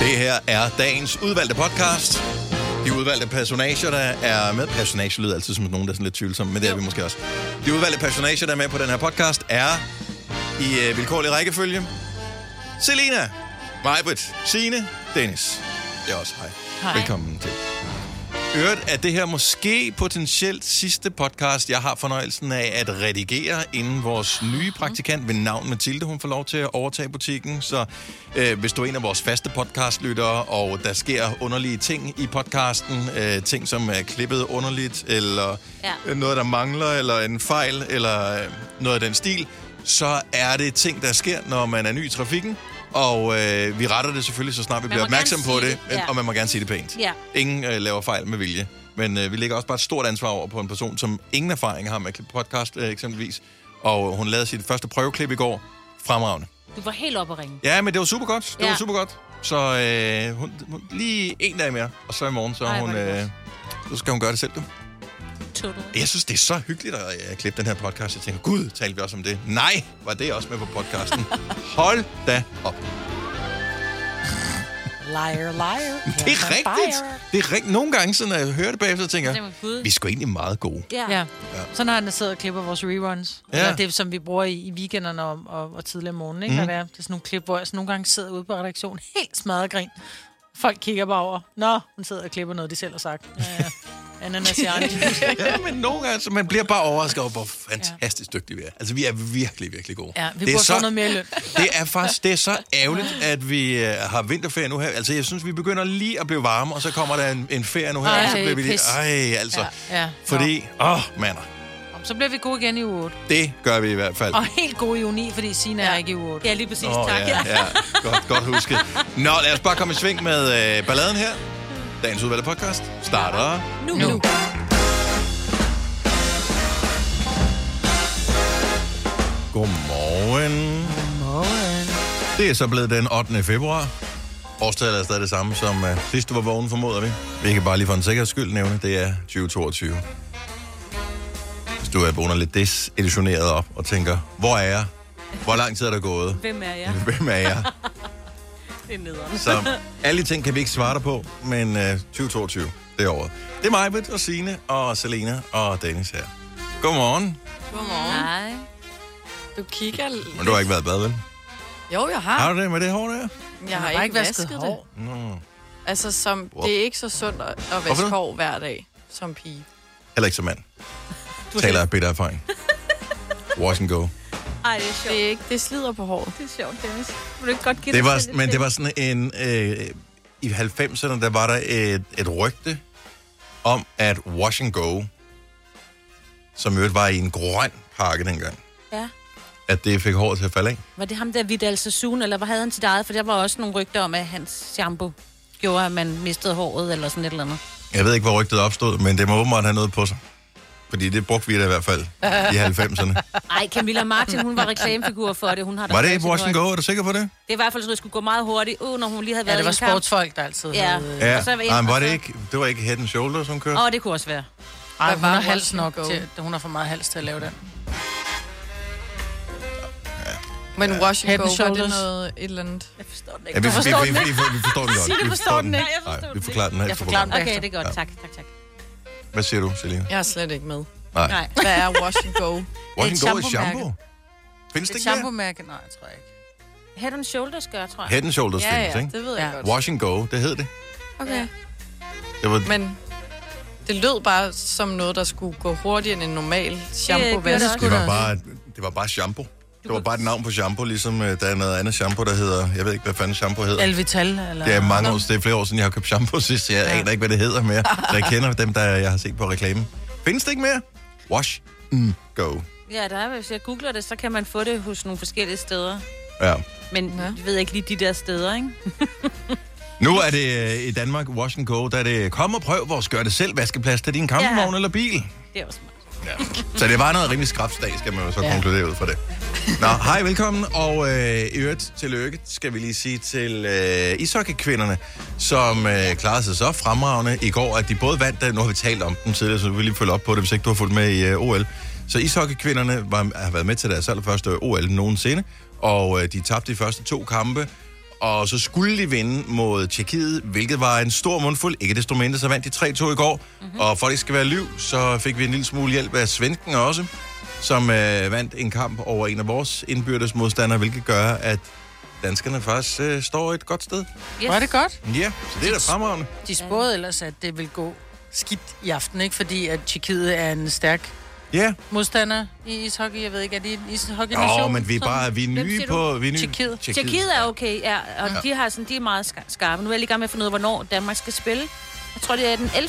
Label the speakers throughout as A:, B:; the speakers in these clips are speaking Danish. A: Det her er dagens udvalgte podcast. De udvalgte personager, der er med... Personage lyder altid som nogen, der er sådan lidt tvivlsomme, men det er vi måske også. De udvalgte personager, der er med på den her podcast, er i øh, vilkårlig rækkefølge. Selina, Majbrit, Sine, Dennis. Det er også hej.
B: Hej.
A: Velkommen til. Øvrigt er det her måske potentielt sidste podcast, jeg har fornøjelsen af at redigere, inden vores nye praktikant ved navn Mathilde, hun får lov til at overtage butikken. Så øh, hvis du er en af vores faste podcastlyttere, og der sker underlige ting i podcasten, øh, ting som er klippet underligt, eller
C: Ja.
A: ja. noget, der mangler, eller en fejl, eller øh, noget af den stil, så er det ting, der sker, når man er ny i trafikken. Og øh, vi retter det selvfølgelig, så snart
D: Man
A: vi bliver
D: må gerne
A: opmærksom på
D: sige
A: det,
D: det, ja.
A: og man må gerne sige det pænt.
D: Ja.
A: Ingen øh, laver fejl med vilje. Men øh, vi lægger også bare et stort ansvar over på en person, som ingen erfaring har med podcast øh, eksempelvis. Og øh, hun lavede sit første prøveklip i går. Fremragende.
E: Du var helt oppe at ringe.
A: Ja, men det var super godt. Det
E: Ja.
A: ja. var super godt. Så øh, hun, hun, lige en dag mere, og så i morgen, så,
E: Ej,
A: Ej,
E: hvor
A: hun,
E: er det
A: øh, så skal hun gøre det selv. Du.
E: Total.
A: Jeg synes, det er så hyggeligt at øh, klippe den her podcast. Jeg tænker, gud, talte vi også om det? Nej, var det også med på podcasten. Hold da op.
F: Liar, liar.
A: Det er rigtigt. Det er rigtigt. Nogle gange, så når jeg hører det bagefter, så tænker jeg,
F: Gud.
A: vi er sgu egentlig meget gode.
F: Ja. ja. Så når han sidder og klipper vores reruns,
A: Ja.
F: ja. eller det, som vi bruger i, i weekenderne og, og, og tidligere om morgenen, ikke?
A: Mm.
F: Mm. Det, er, det er sådan nogle klip, hvor jeg sådan nogle gange sidder ude på redaktionen helt smadret grin. Folk kigger bare over. Nå, hun sidder og klipper noget, de selv har sagt. Ja, ja. Ananas i orange.
A: ja, men nogle gange, så man bliver bare overrasket over, hvor fantastisk dygtige vi er. Altså, vi er virkelig, virkelig gode.
F: Ja, vi burde få noget mere i løn.
A: Det er faktisk det er så ærgerligt, at vi øh, har vinterferie nu her. Altså, jeg synes, vi begynder lige at blive varme, og så kommer der en, en ferie nu her, og så
F: Ej,
A: bliver vi lige...
F: pis.
A: Ej, altså.
F: Ja. ja.
A: Fordi, åh, oh, mander,
F: Nå, så bliver vi gode igen i uge 8.
A: det gør vi i hvert fald.
F: Og helt gode i uge 9, fordi Sina ja. er ikke i uge 8.
E: Ja, lige præcis.
A: Åh, Ja, ja. Godt, godt husket. Nå, lad os bare komme i sving med øh, balladen her. Dagens udvalgte podcast starter
E: nu. nu.
A: Godmorgen. Godmorgen. Det er så blevet den 8. februar. Årstallet er stadig det samme som uh, sidst du var vågen, formoder vi. Vi kan bare lige for en sikkerheds skyld nævne, det er 2022. Hvis du er vågner lidt desillusioneret op og tænker, hvor er jeg? Hvor lang tid er der gået?
E: Hvem er jeg?
A: Hvem er jeg?
E: Det er nederen.
A: Så alle de ting kan vi ikke svare dig på, men uh, 2022, det er året. Det er mig, Britt, og Signe, og Selena og Dennis her. Godmorgen.
G: Godmorgen. Nej. Du kigger... lidt-
A: Men du har ikke været i bad, vel?
G: Jo, jeg har.
A: Har du det med det hår der?
G: Jeg har
F: har
G: ikke,
F: ikke vasket
G: vasket, det.
F: hår.
A: Nå.
G: Altså, som,
A: Hvor-
G: det er ikke så sundt at, at
A: Hvorfor
G: vaske
A: det?
G: hår hver dag som pige.
A: Heller ikke som mand.
G: Du-
A: Taler af bitter erfaring. Wash and go.
G: Ej, det er sjovt. Det, er ikke, det slider på håret. Det er sjovt, Dennis. Vil du ikke godt
A: Det var, men det var sådan en... Øh, I 90'erne, der var der et, et rygte om, at wash and go, som i øvrigt var i en grøn pakke dengang,
E: Ja.
A: at det fik håret til at falde af.
E: Var det ham der Vidal Sassoon, eller hvad havde han til eget? For der var også nogle rygter om, at hans shampoo gjorde, at man mistede håret, eller sådan et eller andet.
A: Jeg ved ikke, hvor rygtet opstod, men det må åbenbart have noget på sig. Fordi det brugte vi da i hvert fald i 90'erne.
E: Ej, Camilla Martin, hun var reklamefigur for det. Hun har da
A: Var det
E: fået
A: ikke
E: sit
A: wash and
E: rygte.
A: go? Er du sikker på det?
E: Det er i hvert fald sådan, at det skulle gå meget hurtigt, uh, når hun lige havde
F: Ja,
E: været
F: det var
E: i en kamp.
F: sportsfolk, der altid
E: Ja.
F: havde...
A: Ja.
E: Og så var en-
A: Nej, men var det ikke... Det var ikke Head and Shoulder, som kørte?
E: Åh, oh, det kunne også være.
F: Ej, hun
E: var
F: har
E: wash
F: hals
E: and
F: nok
E: go?
F: til... Hun har for meget hals til at lave den.
G: Men wash and
F: Head and
G: go, var det
F: shoulders.
G: noget et eller andet? Jeg forstår den
A: Ja, vi, vi, vi, vi, vi, vi forstår den godt.
G: Sig, du
A: Vi
G: forstår den ikke.
A: Nej, vi forklarer den her.
G: Jeg
A: på
G: forklarer den
A: programmet.
G: bagefter. Okay, det er godt.
E: Tak, tak, tak.
A: Hvad siger du, Selina?
G: Jeg er slet ikke med.
A: Nej.
G: Hvad er wash and go?
A: Wash and go er shampoo. Findes det
F: et
A: ikke mere?
F: shampoo-mærke? Nej, jeg tror jeg ikke.
E: Head and shoulders gør, tror jeg.
A: Head and Shoulders
E: ja,
A: findes,
E: ja,
A: ikke?
E: det ved jeg
G: Ja.
E: godt.
A: Wash and go, det hed det.
G: Okay.
A: Det var
G: Men det lød bare som noget, der skulle gå hurtigere end en normal shampoo.
A: det, det, var bare, det var bare shampoo. Det var bare et navn på shampoo, ligesom øh, der er noget andet shampoo, der hedder... Jeg ved ikke, hvad fanden shampoo hedder.
F: Elvital, eller...
A: Det er mange år, det er flere år siden, jeg har købt shampoo sidst, så jeg ja. aner ikke, hvad det hedder mere. Så jeg kender dem, der jeg har set på reklamen. Findes det ikke mere? Wash and go.
E: Ja, der er, hvis jeg googler det, så kan man få det hos nogle forskellige steder.
A: Ja.
E: Men jeg ved ikke lige de der steder, ikke?
A: Nu er det øh, i Danmark, Wash and Go, der er det kom og prøv vores gør-det-selv-vaskeplads til din campingvogn ja. eller bil.
E: Det er også smart.
A: Så det var noget rimelig skrabsdag, skal man jo så
E: Ja.
A: ja. konkludere ud fra det. Nå, hej, velkommen, og øh, i øvrigt tillykke, skal vi lige sige til øh, ishockeykvinderne, som øh, klarede sig så fremragende i går, at de både vandt, øh, nu har vi talt om dem tidligere, så vi vil lige følge op på det, hvis ikke du har fulgt med i øh, OL. Så ishockeykvinderne var, har været med til deres allerførste OL nogensinde, og øh, de tabte de første to kampe, Og så skulle de vinde mod Tjekkiet, hvilket var en stor mundfuld. Ikke desto mindre, så vandt de 3-2 i går. Mm-hmm. Og for at det ikke skal være liv, så fik vi en lille smule hjælp af svensken også, som øh, vandt en kamp over en af vores indbyrdes modstandere, hvilket gør, at danskerne faktisk øh, står et godt sted.
E: Yes.
F: Var det godt?
A: Ja, så det er da fremragende.
F: De spåede ellers, at det ville gå skidt i aften, ikke? Fordi at Tjekkiet er en stærk
A: Ja.
F: modstander i ishockey. Jeg ved ikke, er det en ishockey-nation?
A: Nå, men vi er
F: Sådan.
A: bare vi er
E: Hvem
A: nye
E: siger du?
A: på... Vi er nye.
F: Tjekkiet.
E: Tjekkiet er okay, ja, og ja. de har sådan, de er meget ska- skarpe. Nu er jeg lige i gang med at finde ud af, hvornår Danmark skal spille. Jeg tror, det er den 11.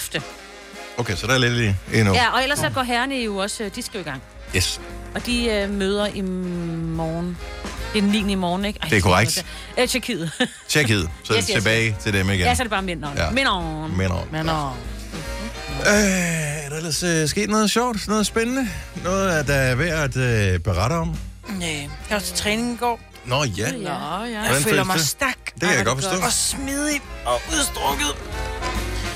A: Okay, så der er lidt lige endnu.
E: Ja, og ellers så går herrene jo også, øh, de skal jo i gang.
A: Yes.
E: Og de øh, møder i morgen. Det er den 9. i morgen, ikke? Ej,
A: Det er korrekt.
E: Øh, Tjekkiet.
A: Tjekkiet. Så
E: Yes, yes,
A: tilbage til dem igen.
E: ja, så er det bare mænd om.
A: Ja.
E: Ja. Mænd om.
A: Men om.
F: Men åh,
A: Øh, er der ellers øh, sket noget sjovt? Noget spændende? Noget, at der er værd at øh, berette om?
F: nej. Jeg var til træning i går.
A: Nå ja,
E: Ja.
G: Nå, ja.
F: Jeg føler
A: føles
F: mig
A: det?
F: stak.
A: det kan jeg godt forstå.
F: Og smidig og udstrukket.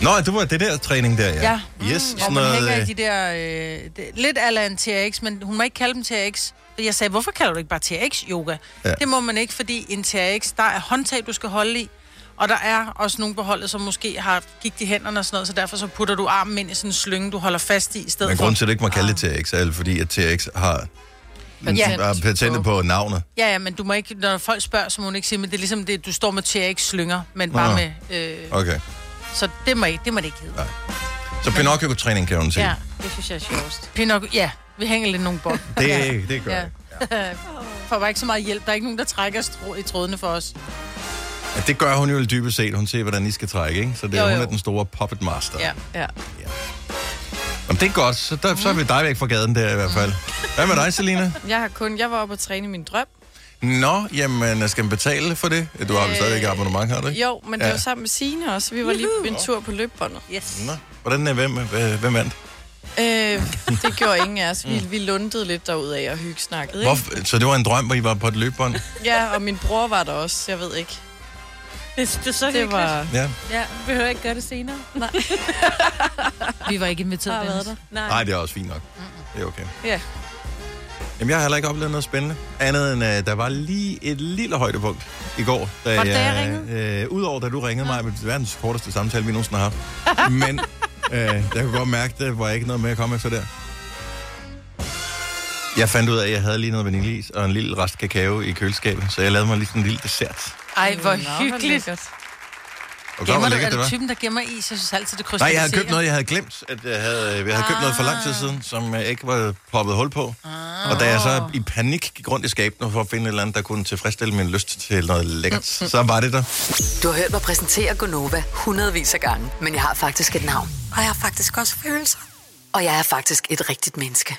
A: Nå, det var det der træning der, ja.
F: Ja. Mm,
A: Yes,
F: Hvor
A: sådan
F: man
A: noget...
F: hænger i
A: øh,
F: de der... Øh, det, lidt ala en TRX, men hun må ikke kalde dem TRX. Jeg sagde, hvorfor kalder du ikke bare TRX-yoga?
A: Ja.
F: Ja. Det må man ikke, fordi en TRX, der er håndtag, du skal holde i. Og der er også nogle på holdet, som måske har gigt i hænderne og sådan noget, så derfor så putter du armen ind i sådan en slynge, du holder fast i i stedet
A: Men
F: for. Ah.
A: grunden til, at du ikke må kalde det TRX, er vel fordi, at TRX har,
G: Patent
A: har patentet på navnet.
F: Ja, ja, men du må ikke, når folk spørger, så må du ikke sige, men det er ligesom det, du står med TRX-slynger, men bare
A: Nå.
F: med... Øh,
A: Okay.
F: så det må, ikke, det må det ikke hedde.
A: Nej. Så Pinocchio-træning kan hun sige.
F: Ja.
E: Det synes jeg er sjovest.
F: Pinocchio, ja, vi hænger lidt nogle bånd.
A: Det, det gør
F: Ja.
A: jeg.
F: Får bare ikke så meget hjælp. Der er ikke nogen, der trækker strå- i trådene for os.
A: Ja, det gør hun jo dybest set. Hun ser, hvordan I skal trække, ikke? Så det,
F: Jo,
A: jo, jo. hun
F: jo.
A: er den store puppet master.
F: Ja.
G: Ja.
A: Jamen, det er godt. Så, der, så er vi dig væk fra gaden der i hvert fald. Hvad med dig, Selina?
G: Jeg har kun, jeg var oppe og træne min drøm.
A: Nå, jamen, øh, skal man betale for det? Du har vel
F: Øh,
A: stadigvæk abonnement, har du ikke?
G: Jo, men det
A: Ja.
G: ja. var sammen med Signe også. Vi var lige på en tur på løbebåndet.
E: Yes.
A: Nå. Hvordan er hvem, øh, hvem vandt?
G: Øh, det gjorde ingen af os. Vi,
A: Mm.
G: vi lundede lidt derudad og hyggesnakkede. ikke?
A: Hvor, så det var en drøm, hvor I var på et løbebånd?
G: Ja, og min bror var der også. Jeg ved ikke.
E: Det, det er så
G: Det
E: hyggeligt.
G: var...
A: Ja.
E: Ja, vi behøver ikke gøre det senere. Nej.
F: Vi var ikke inviteret,
G: Har været der.
E: Nej.
A: Nej, det er også fint nok. Det er okay.
G: Ja.
A: Jamen, jeg har heller ikke oplevet noget spændende. Andet end, at der var lige et lille højdepunkt i går. Da
F: Var det, da jeg
A: Øh, Udover da du ringede mig med verdens korteste samtale, vi nogensinde har haft. Men øh, jeg kunne godt mærke, det var ikke noget med at komme efter der. Jeg fandt ud af, at jeg havde lige noget vaniljeis og en lille rest kakao i køleskabet, så jeg lavede mig lige sådan en lille dessert.
F: Ej, hvor
G: Nå,
F: hyggeligt.
G: lækkert.
A: Og godt,
F: Gemmer
A: hvor
F: du,
A: lækkert
F: er
A: det
F: du
A: var.
F: typen, der gemmer is? Jeg synes altid, det krydser
A: Nej, jeg havde købt noget, jeg havde glemt, at jeg havde, øh, jeg havde købt noget for lang tid siden, som jeg ikke var poppet hul på. Ah. Og da jeg så i panik gik rundt i skabene for at finde et eller andet, der kunne tilfredsstille min lyst til noget lækkert, så var det der.
B: Du har hørt mig præsentere Gonova hundredvis af gange, men jeg har faktisk et navn. Og jeg har faktisk også følelser. Og jeg er faktisk et rigtigt menneske.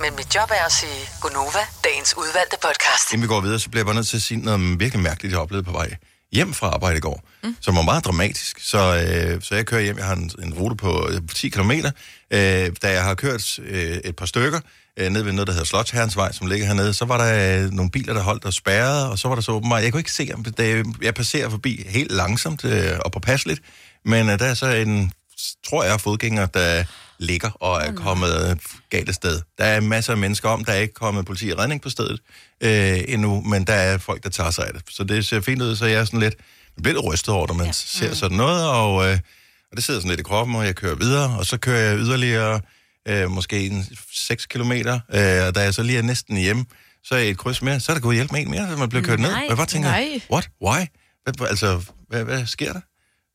B: Men mit job er at sige Gonova, dagens udvalgte podcast.
A: Inden vi går videre, så bliver jeg bare nødt til at sige noget virkelig mærkeligt, jeg oplevede på vej hjem fra arbejde i går, mm. som var meget dramatisk. Så, øh, så jeg kører hjem, jeg har en, en rute på øh, 10 km. Øh, da jeg har kørt øh, et par stykker øh, ned ved noget, der hedder Slotsherrensvej, som ligger hernede, så var der øh, nogle biler, der holdt og spærrede, og så var der så åbenbart, jeg kunne ikke se, om det- da jeg, jeg passerer forbi helt langsomt øh, og påpasseligt, men øh, der er så en, tror jeg, fodgænger, der ligger og er kommet øh, galt af sted. Der er masser af mennesker om, der er ikke kommet politi og redning på stedet øh, endnu, men der er folk, der tager sig af det. Så det ser fint ud, så jeg er sådan lidt, jeg bliver lidt rystet over, når man ja. ser sådan noget, og, øh, og det sidder sådan lidt i kroppen, og jeg kører videre, og så kører jeg yderligere øh, måske en 6 kilometer, øh, og da jeg så lige er næsten hjemme, så er jeg i et kryds mere, så er der gået hjælp med en mere, så man bliver kørt ned.
E: Nej,
A: Og jeg bare tænker,
G: nej.
A: what, why? Hvad, hvad- altså, hvad, hvad sker der?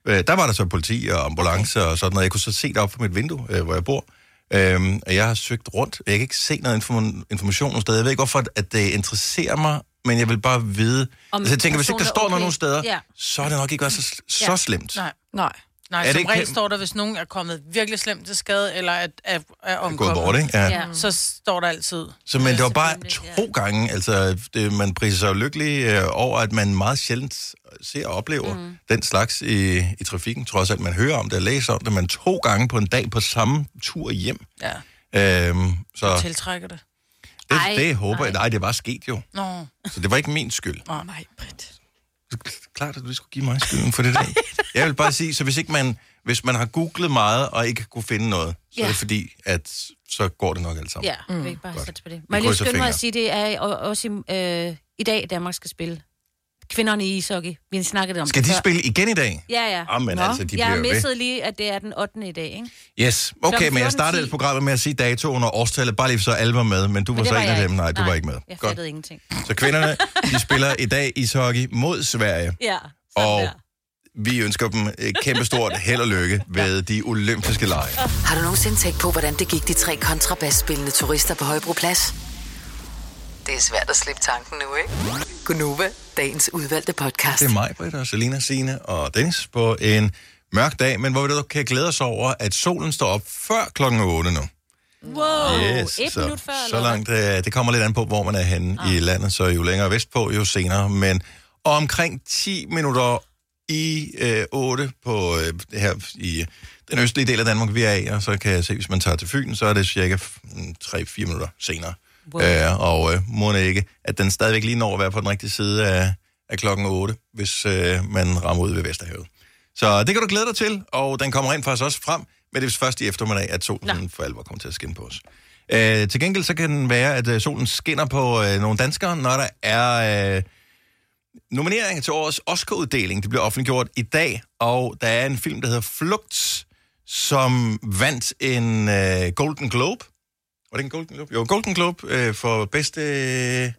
A: Øh, der var der så politi og ambulance og sådan noget. Jeg kunne så se det op fra mit vindue, øh, hvor jeg bor. Øhm, og jeg har søgt rundt. Jeg kan ikke se noget inform- information nogen steder. Jeg ved ikke, hvorfor at det interesserer mig, men jeg vil bare vide... Om
E: Om
A: altså, jeg tænker, hvis ikke der
E: personen er
A: står noget
E: okay.
A: nogen steder,
E: Ja.
A: så er det nok ikke også så, så
E: Ja.
A: slemt.
F: Nej,
G: Nej.
F: nej
A: Er det
F: som
A: ikke
F: regel
A: kendt?
F: står der, hvis nogen er kommet virkelig slemt til skade, eller er, er, er
A: Gået
F: omkommet,
A: bort, ikke? Ja.
G: Mm.
E: Ja.
F: så står der altid.
A: Så, men det var bare
E: selvfølgelig,
A: to gange, altså det, man priser sig jo lykkelig øh, over, at man meget sjældent ser og oplever mm. den slags i, i trafikken, trods alt man hører om det og læser om det, men to gange på en dag på samme tur hjem.
F: Ja,
A: Øhm, så det,
F: tiltrækker det.
E: Ej,
A: det håber jeg, nej, det var sket jo,
F: Nå,
A: så det var ikke min skyld.
G: Åh, oh, nej, Britt.
A: Klart, at du lige skulle give mig skylden for det der. Jeg vil bare sige, så hvis ikke man, hvis man har googlet meget og ikke kunne finde noget, så er
E: Ja.
A: det fordi, at så går det nok alt sammen.
E: Ja, mm. vi kan ikke bare sætte på det. Må
A: Vi
E: jeg lige
A: krydser
E: skynde mig
A: fingre.
E: at sige, det er i- og- også i, øh, i dag, Danmark skal spille kvinderne i ishockey. Vi snakkede om
A: Skal
E: det
A: de
E: før.
A: spille igen i dag?
E: Ja, ja.
A: Jamen, altså, de
E: jeg
A: bliver ved.
E: missede lige, at det er den 8. i dag, ikke?
A: Yes. Okay,
E: Klokken
A: men jeg startede
E: 14:10.
A: ellers programmet med at sige datoen og årstallet, bare lige så alle var med, men du var
E: det
A: så
E: var
A: en af
E: jeg
A: dem.
E: ikke.
A: Nej, du
E: Nej,
A: var ikke med.
E: Jeg
A: Godt.
E: fattede ingenting.
A: Så kvinderne, de spiller i dag ishockey mod Sverige,
E: Ja, sådan
A: og
E: der.
A: vi ønsker dem et kæmpestort held og lykke ved de olympiske lege.
B: Har du nogensinde tænkt på, hvordan det gik de tre kontrabasspillende turister på Højbroplads? Det er svært at slippe tanken nu, ikke? Gunova, dagens udvalgte podcast.
A: Det er mig, Britt, og Selina, Sine og Dennis på en mørk dag, men hvor vi dog kan glæde os over, at solen står op før klokken 8 nu.
E: Wow, et
A: så,
E: minut før,
A: så
E: eller hvad?
A: langt. Øh, det kommer lidt an på, hvor man er henne ah. i landet, så jo længere vestpå, jo senere. Men omkring 10 minutter i øh, 8 på øh, det her i den østlige del af Danmark, vi er i, og så kan jeg se, hvis man tager til Fyn, så er det cirka mm, 3-4 minutter senere. Wow.
E: Wow.
A: Øh, og øh, må det ikke, at den stadigvæk lige når at være på den rigtige side af, af klokken 8, hvis øh, man rammer ud ved Vesterhavet. Så det kan du glæde dig til, og den kommer rent faktisk også frem, men det er først i eftermiddag, at solen Nå. for alvor kommer til at skinne på os. Øh, til gengæld så kan den være, at øh, solen skinner på øh, nogle danskere, når der er øh, nomineringer til årets Oscar-uddeling. Det bliver offentliggjort i dag, og der er en film, der hedder Flugt, som vandt en øh, Golden Globe. Var det en Golden Globe? Jo, Golden Globe øh, for bedste øh,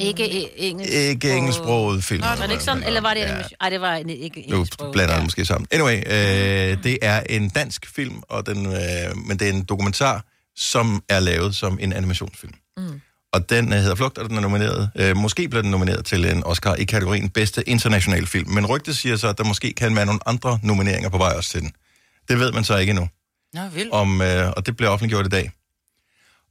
E: Ikke e- engelsk.
A: ikke engelsksproget film.
E: Var det ikke sådan? Eller var det animation? Ej, det var en, ikke
A: Nu
E: engelsk.
A: blander jeg det måske sammen. Anyway, øh, det er en dansk film, og den, øh, men det er en dokumentar, som er lavet som en animationsfilm. Mm. Og den øh, hedder Flugt, og den er nomineret. Øh, måske bliver den nomineret til en Oscar i kategorien bedste international film. Men rygtet siger så, at der måske kan være nogle andre nomineringer på vej også til den. Det ved man så ikke endnu,
F: Nå, vildt.
A: om, øh, og det bliver offentliggjort i dag.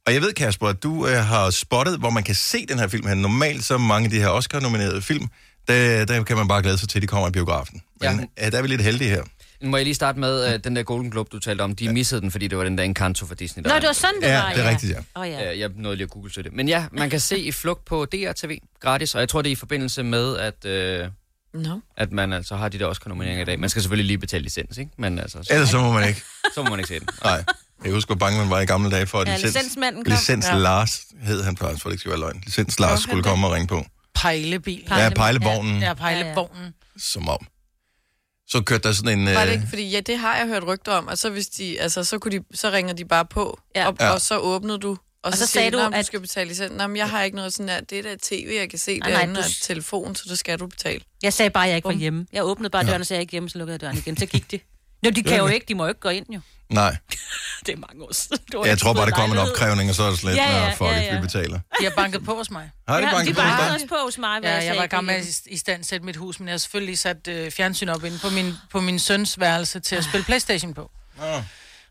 A: Og jeg ved, Kasper, at du øh, har spottet, hvor man kan se den her film her. Normalt så mange af de her Oscar-nominerede film, der, der kan man bare glæde sig til, at de kommer i biografen. Men ja. der er vi lidt heldige her.
C: Må jeg lige starte med uh, den der Golden Globe, du talte om. De ja. missede den, fordi det var den der Encanto for Disney. der
E: Nå,
C: var-
E: det var sådan, det
A: Ja,
E: var.
A: det er rigtigt, ja.
E: Åh, ja.
C: Øh, Jeg nåede lige at google til det. Men ja, man kan se i flugt på DRTV gratis, og jeg tror, det er i forbindelse med, at, øh,
G: Nå.
C: at man altså har de der Oscar-nomineringer i dag. Man skal selvfølgelig lige betale licens, ikke? Men altså, så,
A: Ellers så må man ikke.
C: så må man ikke se den.
A: Nej. Jeg husker, hvor bange man var i gamle dage for, at
E: Ja,
A: licens,
E: licensmanden kom.
A: licens
E: Ja.
A: Lars hed han faktisk, for det ikke skal være løgn. Licens Lars
F: han
A: skulle
F: det?
A: komme og ringe på.
F: Pejlebil.
E: Pejle-
A: Ja,
E: Ja.
A: pejlevognen,
F: Ja,
A: ja.
F: pejlevognen.
A: som om. Så kørte der sådan en...
G: Var
A: øh,
G: det ikke, fordi ja, det har jeg hørt rygter om, og så, hvis de, altså, så, kunne de, så ringer de bare på,
E: Ja.
G: ja. og,
A: Ja.
G: og, så åbnede du, og, og så,
E: så
G: sagde
E: sagde
G: du,
E: du,
G: at du
E: at-
G: skal betale licens. Nå, men jeg har ikke noget sådan der, det er da tv, jeg kan se
E: Nej,
G: nej,
E: nej,
G: derinde,
E: du
G: og
E: s-
G: telefon, så det skal du betale.
E: Jeg sagde bare, at jeg ikke var hjemme. Jeg åbnede bare døren og sagde, at jeg ikke er hjemme, så lukkede jeg døren igen. Så gik det. Nå, de kan jo ikke. De må jo ikke gå ind, jo.
A: Nej,
E: Det er mange år siden. Det var
A: jeg
E: ikke
A: tror bare, der
E: fået
A: kom en
E: lejlighed.
A: opkrævning, og så er det slet,
E: Ja,
A: ja,
E: ja,
A: ja, fuck ja,
E: ja,
A: ja.
E: ja.
A: vi betaler.
F: De har banket på hos mig.
A: Har det
E: Ja, de
A: banket på
E: bankede
A: dig?
E: også på hos mig, hvad
F: Ja, jeg var i
E: sagde.
F: gang med
E: ikke
F: at i stand sætte mit hus, men jeg har selvfølgelig sat øh, fjernsyn op inde på min, på min søns værelse til at
E: Ah.
F: spille Playstation på.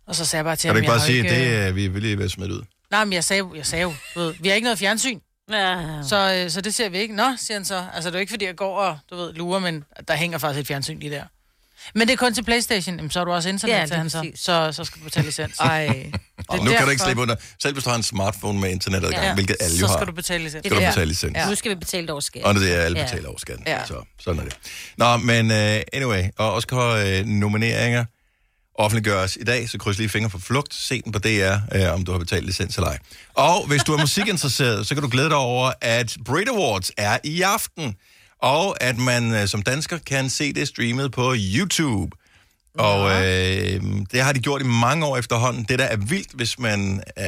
F: Og så sagde jeg bare til
A: Ah. Kan
F: ham,
A: du ikke
F: jeg
A: bare
F: har
A: sige,
F: ikke,
A: at
F: øh,
A: det er vi vil lige ved at smide ud?
F: Nej, men jeg sagde, jo- jeg sagde jo, du ved, vi har ikke noget fjernsyn,
E: hjemme. Ja.
F: så, øh, så det ser vi ikke. Nå, siger han så. Altså, det er jo ikke, fordi jeg går og, du ved, lurer, men der hænger faktisk et fjernsyn lige der. Men det er kun til Playstation, Jamen, så er du også internet
E: Ja,
F: ja,
E: lige
F: til han så.
E: præcis.
F: så. Så skal du betale licens.
G: Ej,
A: Og nu kan du ikke slippe under. Selv hvis du har en smartphone med internetadgang, ja. hvilket alle jo
F: så
A: har,
F: skal du betale licens.
A: skal du
G: Ja.
A: betale licens. Ja.
E: Nu skal vi betale et års skat.
A: Og det er alle
E: Ja.
A: betaler over skatten. Ja.
G: Ja.
A: Så sådan er det. Nå, men uh, anyway, og Oscar uh, nomineringer offentliggøres i dag, så kryds lige fingre for flugt. Se den på DR, uh, om du har betalt licens eller ej. Og hvis du er musikinteresseret, så kan du glæde dig over, at Brit Awards er i aften. Og at man uh, som dansker kan se det streamet på YouTube. Og øh, det har de gjort i mange år efterhånden. Det der er vildt, hvis man øh,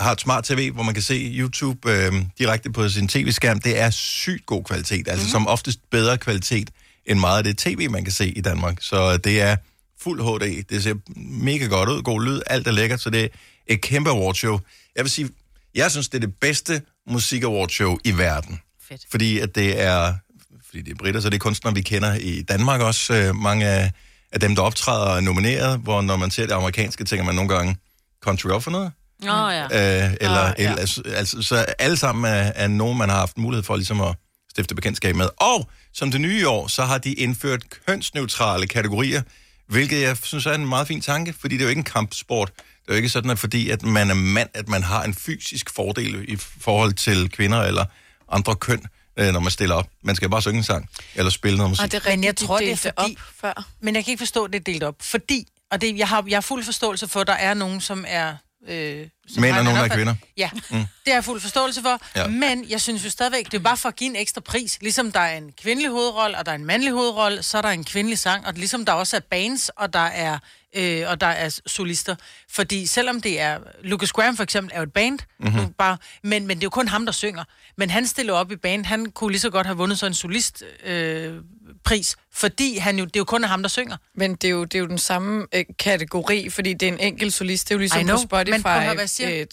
A: har et smart tv, hvor man kan se YouTube øh, direkte på sin tv-skærm, det er sygt god kvalitet. Altså mm. som oftest bedre kvalitet end meget af det tv, man kan se i Danmark. Så øh, det er fuld HD. Det ser mega godt ud, god lyd, alt er lækkert, så det er et kæmpe awardshow. Jeg vil sige, jeg synes, det er det bedste musik awardshow i verden.
E: Fedt.
A: Fordi at det er, fordi det er britter, så det er kunstnere, vi kender i Danmark også. Øh, mange af, af dem, der optræder, er nomineret, hvor når man ser det amerikanske, tænker man nogle gange, country off for noget?
E: Nå, ja.
A: Øh, eller,
F: Ah,
A: ah,
F: ja.
A: ja. altså, altså, så alle sammen er, er nogen, man har haft mulighed for ligesom at stifte bekendtskab med. Og som det nye år, så har de indført kønsneutrale kategorier, hvilket jeg synes er en meget fin tanke, fordi det er jo ikke en kampsport. Det er jo ikke sådan, at fordi at man er mand, at man har en fysisk fordel i forhold til kvinder eller andre køn, øh, når man stiller op. Man skal bare synge en sang, eller spille noget musik.
G: Ej, det er rigtigt,
F: Men jeg tror,
G: de
F: det er
G: delte
F: fordi-
G: op før.
F: Men jeg kan ikke forstå, at det er delt op. Fordi, og det, jeg, har, jeg har fuld forståelse for, at der er nogen, som er øh, som
A: Mænd og
F: har en
A: nogen, der er
F: opfatt-
A: kvinder.
F: Ja, mm. det har jeg fuld forståelse for.
A: Ja.
F: Ja. Men jeg synes jo stadigvæk, det er bare for at give en ekstra pris. Ligesom der er en kvindelig hovedrolle, og der er en mandlig hovedrolle, så er der en kvindelig sang. Og ligesom der også er bands, og der er, øh, og der er solister. Fordi selvom det er... Lucas Graham for eksempel er jo et band, mm-hmm. nu bare, men, men det er jo kun ham, der synger. Men han stiller op i band. Han kunne lige så godt have vundet så en solistpris, øh, pris, fordi han jo, det er jo kun ham, der synger.
G: Men det er jo, det er jo den samme øh, kategori, fordi det er en enkelt solist. Det er jo
F: I
G: ligesom
F: know,
G: på Spotify.
F: men prøv at høre, hvad jeg siger.
G: øh,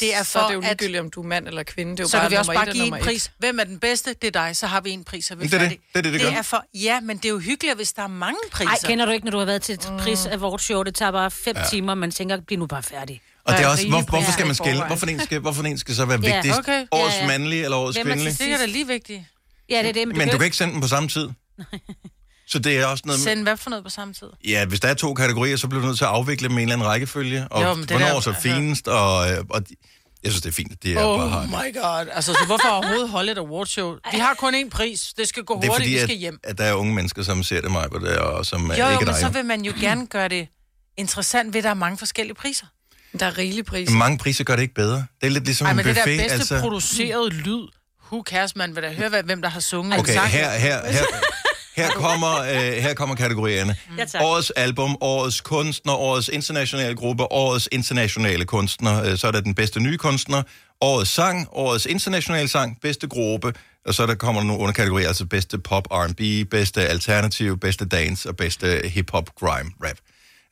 F: Det er
G: så er
F: for
G: det jo
F: at-
G: ligegyldigt, om du er mand eller kvinde. Det er jo
F: så
G: bare
F: kan vi også
G: nummer
F: bare
G: et
F: give
G: og
F: en
G: nummer
F: pris. Hvem er den bedste? Det er dig. Så har vi en pris, og vi
A: Det er det.
F: færdige.
A: Det er det, det gør.
F: er for, ja, men det er jo hyggeligt, hvis der er mange priser.
E: Nej, kender du ikke, når du har været til et pris award show. Det tager bare fem ja. timer, man tænker, bliv nu bare færdig.
A: Og det er
G: Ja,
A: også,
G: rigelige
A: hvor, hvorfor
G: priser
A: skal man
G: i
A: skille?
G: forvejen.
A: Hvorfor en skal, hvorfor en skal så være
E: Ja,
A: vigtigst?
F: okay.
A: Årets
E: Ja, ja.
A: mandlig eller årets
E: Hvem er til
A: kvindelig?
E: sidst?
F: Det altså, er da lige vigtigt.
E: Ja, det er det, men du,
A: Men du kan
E: ikke...
A: ikke sende dem på samme tid. Så det er også noget... med-
F: Send hvad for noget på samme tid?
A: Ja, hvis der er to kategorier, så bliver du nødt til at afvikle dem i en eller anden rækkefølge. Og jo,
F: Jo, men det
A: hvornår
F: der-
A: er så finest, og, øh, og de- jeg synes, det er fint. Det er oh. bare
F: Oh my god. Altså, så hvorfor overhovedet holde et awardshow? Vi har kun én pris. Det skal gå
A: det er
F: hurtigt.
A: fordi,
F: vi skal
A: at,
F: hjem.
A: at der er unge mennesker, som ser det mig, og, det, og som jo,
F: Jo, jo,
A: ikke
F: men
A: er
F: så
A: dig.
F: vil man jo gerne gøre det interessant ved, at der er mange forskellige priser.
G: et. Der er rigelig pris.
A: Men Mange priser gør det ikke bedre. Det er lidt ligesom
F: Ej,
A: en
F: men det
A: buffet.
F: der bedste
A: altså,
F: producerede lyd. Who cares, man vil da høre, hvad- hvem der har sunget en
A: okay,
F: sang.
A: her, her, her, her, kommer, øh, her kommer kategorierne.
E: Mm. Ja, tak.
A: årets album, årets kunstner, årets internationale gruppe, årets internationale kunstner. Øh, Så er der den bedste nye kunstner, årets sang, årets internationale sang, bedste gruppe. Og så er der kommer der nogle underkategorier, altså bedste pop, R&B, bedste alternativ, bedste dance og bedste hip-hop, grime, rap.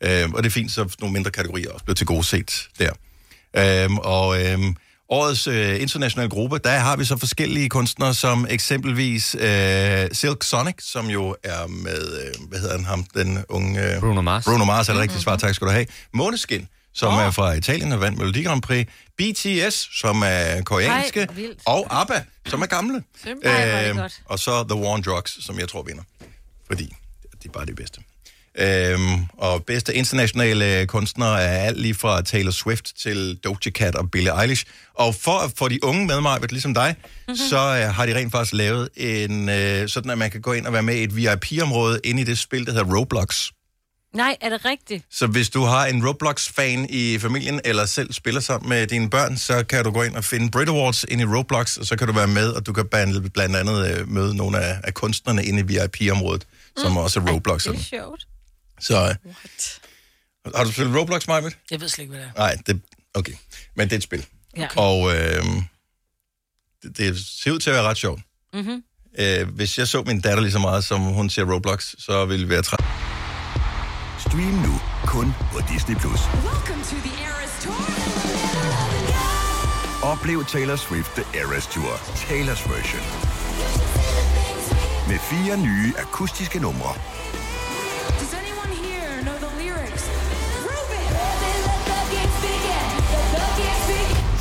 A: Øhm, og det er fint, så nogle mindre kategorier også bliver til gode set der. Øhm, og øhm, årets øh, internationale gruppe, der har vi så forskellige kunstnere, som eksempelvis øh, Silk Sonic, som jo er med, øh, hvad hedder han ham, den unge... Øh,
C: Bruno Mars.
A: Bruno Mars er
E: Mhm.
A: det rigtige svar, tak skal du have. Måneskin, som oh. er fra Italien og vandt Melodi Grand Prix. BTS, som er koreanske.
E: Ej, hvor vildt.
A: og ABBA, som er gamle. Øhm,
E: Ej, hvor er det godt.
A: og så The War on Drugs, som jeg tror vinder. Fordi de er bare de bedste. Øhm, og bedste internationale kunstnere er alt lige fra Taylor Swift til Doja Cat og Billie Eilish. Og for at få de unge med mig, ligesom dig,
E: Mhm.
A: så øh, har de rent faktisk lavet en, øh, sådan at man kan gå ind og være med i et VIP-område inde i det spil, der hedder Roblox.
E: Nej, er det rigtigt?
A: Så hvis du har en Roblox-fan i familien, eller selv spiller sammen med dine børn, så kan du gå ind og finde Brit Awards ind i Roblox, og så kan du være med, og du kan blandt blandt andet øh, møde nogle af, af kunstnerne inde i VIP-området, som også er Roblox.
E: Det er
A: Sådan.
E: sjovt.
A: Så øh, har du spillet Roblox, Majbet?
F: Jeg ved slet ikke, hvad det er.
A: Nej, det, okay. Men det er et spil.
E: Ja.
A: Og øh, det, det ser ud til at være ret sjovt. Mm-hmm. Øh, hvis jeg så min datter lige så meget, som hun ser Roblox, så ville vi være træt.
D: Stream nu kun på Disney+. Plus. Oplev Taylor Swift The Eras Tour, Taylor's version. Med fire nye akustiske numre.
H: Does anyone here know the lyrics? Prove it! They let the games begin. Let the games begin.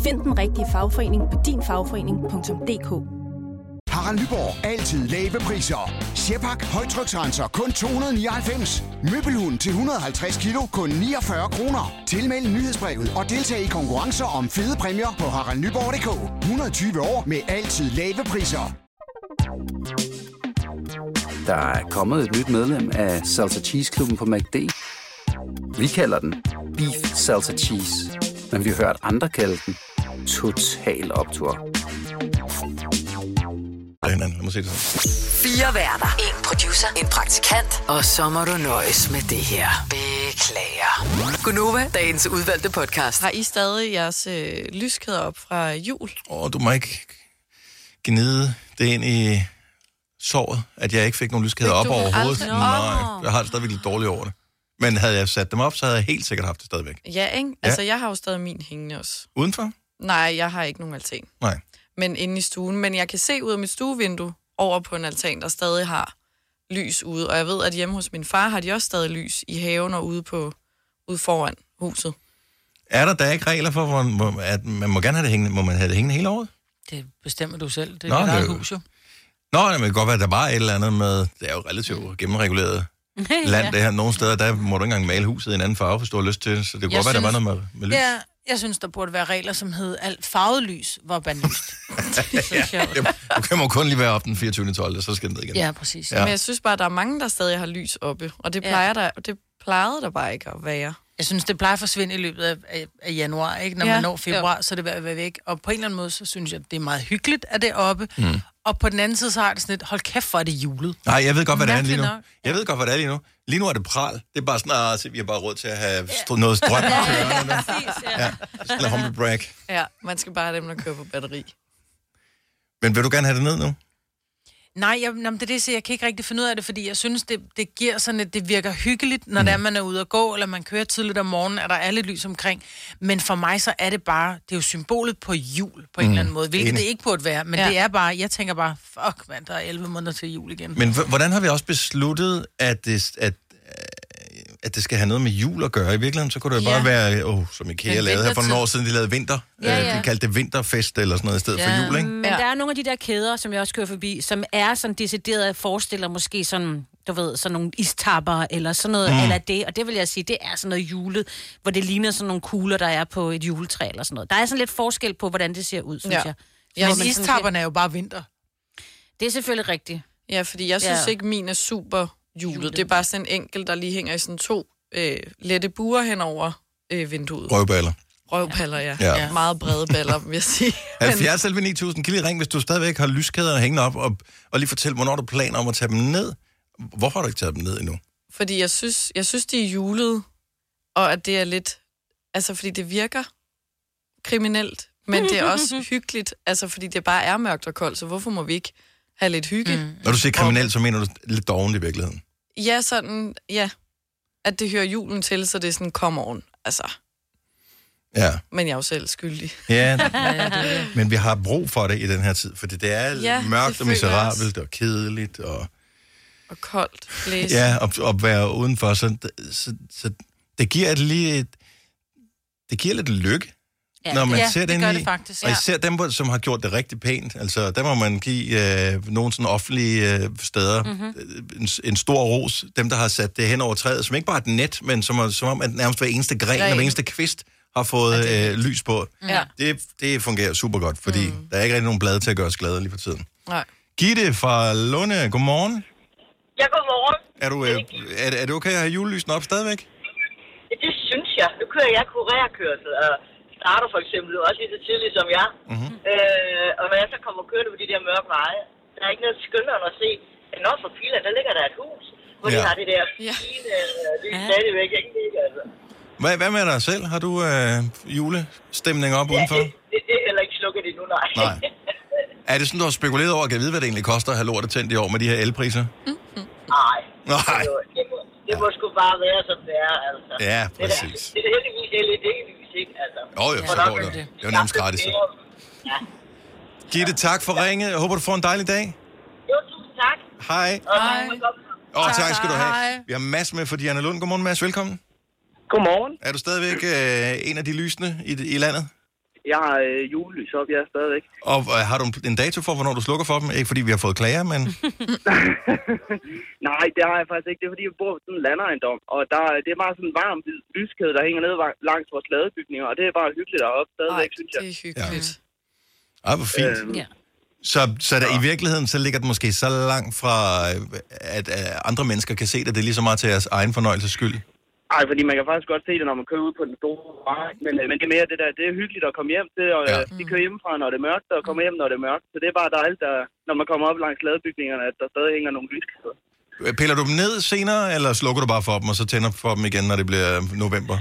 I: Find den rigtige fagforening på dinfagforening.dk.
J: Harald Nyborg. Altid lave priser. Sjehpak. Højtryksrenser. Kun 299. Møbelhund til 150 kilo. Kun 49 kroner. Tilmeld nyhedsbrevet og deltag i konkurrencer om fede præmier på haraldnyborg.dk. 120 år med altid lave priser.
K: Der er kommet et nyt medlem af Salsa Cheese Klubben på MACD. Vi kalder den Beef Salsa Cheese, men vi har hørt andre kalde den Total Optor.
A: af hinanden. Lad mig se det sådan.
B: Fire værter. En producer. En praktikant. Og så må du nøjes med det her. Beklager. Gunova, dagens udvalgte podcast.
G: Har I stadig jeres øh, lyskæder op fra jul?
A: Åh, oh, du må ikke gnide det ind i såret, at jeg ikke fik nogen lyskæder op
G: du dem
A: overhovedet.
G: aldrig?
A: Nej, jeg har det stadigvæk lidt dårligt over det. Men havde jeg sat dem op, så havde jeg helt sikkert haft det stadigvæk.
G: Ja, ikke? Altså, jeg har jo stadig min hængende også.
A: Udenfor?
G: Nej, jeg har ikke nogen altan,
A: Nej.
G: men inde i stuen. Men jeg kan se ud af mit stuevindue over på en altan, der stadig har lys ude. Og jeg ved, at hjemme hos min far har de også stadig lys i haven og ude, på, ude foran huset.
A: Er der da ikke regler for, hvor, hvor, at man må gerne have det hængende, må man have det hængende hele året?
F: Det bestemmer du selv. Det er Nå, dit
A: Nå, det er
F: eget
A: jo-
F: hus, jo.
A: Nå, jamen, det kan godt være, at der bare er et eller andet med, det er jo relativt gennemreguleret land, det her. Nogle steder, der må du ikke engang male huset i en anden farve, hvis du har lyst til det. Så det kan
F: Jeg
A: godt være, der var
F: synes-
A: noget med, med lys.
F: Ja, jeg synes, der burde være regler, som hed alt farvet lys var bandlyst.
A: ja, det, du kan må kun lige være op den 24. 12. så skal den ned igen.
G: Ja. Men jeg synes bare, at der er mange, der stadig har lys oppe, og det, plejer ja. der, det plejede der bare ikke at være.
F: Jeg synes, det plejer at forsvinde i løbet af, af, af januar, ikke? Når
G: Ja.
F: ja. man når februar, så er det ved at være væk. Og på en eller anden måde, så synes jeg, det er meget hyggeligt, at det er oppe. Mm. Og på den anden side, så har jeg det sådan lidt, hold kæft, hvor er det julet.
A: Nej, jeg ved godt, hvad det er lige nu.
F: Mærkeligt nok.
A: Jeg ved godt, hvad det er lige nu. Lige nu er det pral. Det er bare sådan, ah, se, vi har bare råd til at have str- noget strøm. til ørerne. ja. Sådan humble brag.
G: Ja, man skal bare have dem, der kører på batteri.
A: Men vil du gerne have det ned nu?
F: Nej, jeg, jamen, det er det, jeg siger. jeg kan ikke rigtig finde ud af det, fordi jeg synes, det, det giver sådan, at det virker hyggeligt, når mm. det er, man er ude at gå, eller man kører tidligt om morgenen, og der er lidt lys omkring. Men for mig, så er det bare, det er jo symbolet på jul, på en
A: Mm.
F: eller anden måde, hvilket
A: Enig.
F: det ikke burde være. Men ja. det er bare, jeg tænker bare, fuck mand, der er 11 måneder til jul igen.
A: Men h- hvordan har vi også besluttet, at det, at, øh, at det skal have noget med jul at gøre? I virkeligheden, så kunne det jo bare
F: Ja.
A: være, oh, som IKEA
F: Men
A: lavede her for nogle
F: vintertid.
A: år siden, de lavede vinter.
E: Ja,
A: Øh,
E: ja.
A: De kaldte det vinterfest eller sådan noget i stedet for jul, ikke?
E: Men ja. der er nogle af de der kæder, som jeg også kører forbi, som er sådan decideret forestiller måske sådan, du ved, sådan nogle istapper eller sådan noget
A: Mm.
E: mm. eller det. Og det vil jeg sige, det er sådan noget julet, hvor det ligner sådan nogle kugler, der er på et juletræ eller sådan noget. Der er sådan lidt forskel på, hvordan det ser ud, synes
G: Ja.
E: jeg.
G: Ja,
E: Hvor
G: men
E: man sådan
G: istapperne
F: er jo bare vinter.
E: Det er selvfølgelig rigtigt.
G: Ja, fordi jeg
E: Ja.
G: synes ja. ikke, min er super julet. Det er bare sådan en enkelt, der lige hænger i sådan to øh, lette buer hen over øh, vinduet.
A: Røvballer.
G: Røvpaller, ja.
A: Ja.
G: ja.
A: Ja.
G: ja. Meget brede baller, vil jeg sige.
A: 70 11 9000. Kan lige ringe, hvis du stadigvæk har lyskæderne hængende op, og, og lige fortæl, hvornår du planer om at tage dem ned. Hvorfor har du ikke taget dem ned endnu?
G: Fordi jeg synes, jeg synes, de er julede, og at det er lidt... Altså, fordi det virker kriminelt, men det er også hyggeligt, altså, fordi det bare er mørkt og koldt, så hvorfor må vi ikke have lidt hygge? Mm.
A: Når du siger kriminel, så mener du lidt doven i virkeligheden.
G: Ja, sådan, ja, at det hører julen til, så det er sådan, come on, altså.
A: Ja.
G: Men jeg er jo selv skyldig.
A: Ja,
G: ja, det er det.
A: men vi har brug for det i den her tid, fordi det er ja,
G: Ja,
A: mørkt
G: det
A: og
G: føler jeg også.
A: miserabelt og kedeligt. Og,
G: Og koldt, blæs.
A: ja, og, og være udenfor. Så, så, så det giver et lige... Et, det giver lidt lykke, ja,
F: Ja,
A: når man
F: ja,
A: ser
F: det
A: den
F: gør
A: i.
F: det faktisk,
A: Og
F: ja.
A: især dem, hvor- som har gjort det rigtig pænt. Altså, der må man give øh, nogle sådan offentlige øh, steder
L: Mhm.
A: mm-hmm. en, en stor ros. Dem, der har sat det hen over træet, som ikke bare er et net, men som, er, som om, at nærmest hver eneste gren og
L: Gren.
A: hver eneste kvist har fået øh, lys på.
L: Ja.
A: Det, det fungerer super godt, fordi mm. der er ikke rigtig nogen blade til at gøre os glade lige for tiden.
G: Nej.
A: Gitte fra Lunde, godmorgen.
M: Ja, godmorgen.
A: Er du, øh, er, det- er det okay at have julelysene op stadigvæk?
M: Ja, det synes jeg. Nu kører jeg kurerkørsel og starter for eksempel også lige så tidligt som jeg. Mm-hmm. Øh, og når jeg så kommer kørende på de der mørke veje, der er ikke noget skønnere end at se, at når for filen, der ligger der et hus, hvor ja. de
A: Ja.
M: har det der fine øh, lys ja. stadigvæk. Ikke? Det, altså.
A: Hvad, hvad med dig selv? Har du øh, julestemning op ja, udenfor?
M: det, det er heller ikke slukket endnu, nej.
A: Nej. Er det sådan, du har spekuleret over at kan vide, hvad det egentlig koster at have lortet tændt i år med de her elpriser?
M: nej.
A: Nej.
M: Det må, det må, det må sgu bare være, som det er, altså.
A: Ja,
M: Det er da-
A: præcis.
M: Det er heldigvis LED-lys, ikke? Altså.
A: Jo, jo, så går det. Det er jo nærmest gratis, så.
M: Ja.
A: Gitte, tak for ringet. Jeg håber, du får en dejlig dag.
M: Jo, tusind tak.
A: Hej.
M: Og tak for at komme.
A: Og tak, tak skal du have.
M: Hej.
A: Vi har Mads med fra Diana Lund. Godmorgen, Mads. Velkommen.
N: Godmorgen.
A: Er du stadigvæk øh, en af de lysende i, i landet?
N: Jeg har øh, julelys op, jeg er stadigvæk.
A: Og øh, har du en- en dato for, hvornår du slukker for dem? Ikke fordi vi har fået klager, men...
N: Nej, det har jeg faktisk ikke. Det er fordi, jeg bor på sådan en landejendom, og der, det er bare sådan en varm hvid lyskæde, der hænger ned va- langs vores ladebygninger, og det er bare hyggeligt deroppe stadigvæk, Ej, synes jeg.
G: det er hyggeligt.
A: Ej, Ah, hvor fint.
N: Øhm, Ja.
A: Så, så der, i virkeligheden, så ligger det måske så langt fra, øh, at øh, andre mennesker kan se det. Det er lige så meget til jeres egen fornøjelses skyld.
N: Ej, fordi man kan faktisk godt se det, når man kører ud på den store vej, men, øh, men det er mere det der, det er hyggeligt at komme hjem til, og ja. de kører hjemmefra, når det er mørkt, og kommer hjem, når det er mørkt. Så det er bare dejligt, der, når man kommer op langs ladebygningerne, at der stadig hænger nogle lyskæder.
A: Øh, Piller du dem ned senere, eller slukker du bare for dem, og så tænder for dem igen, når det bliver november?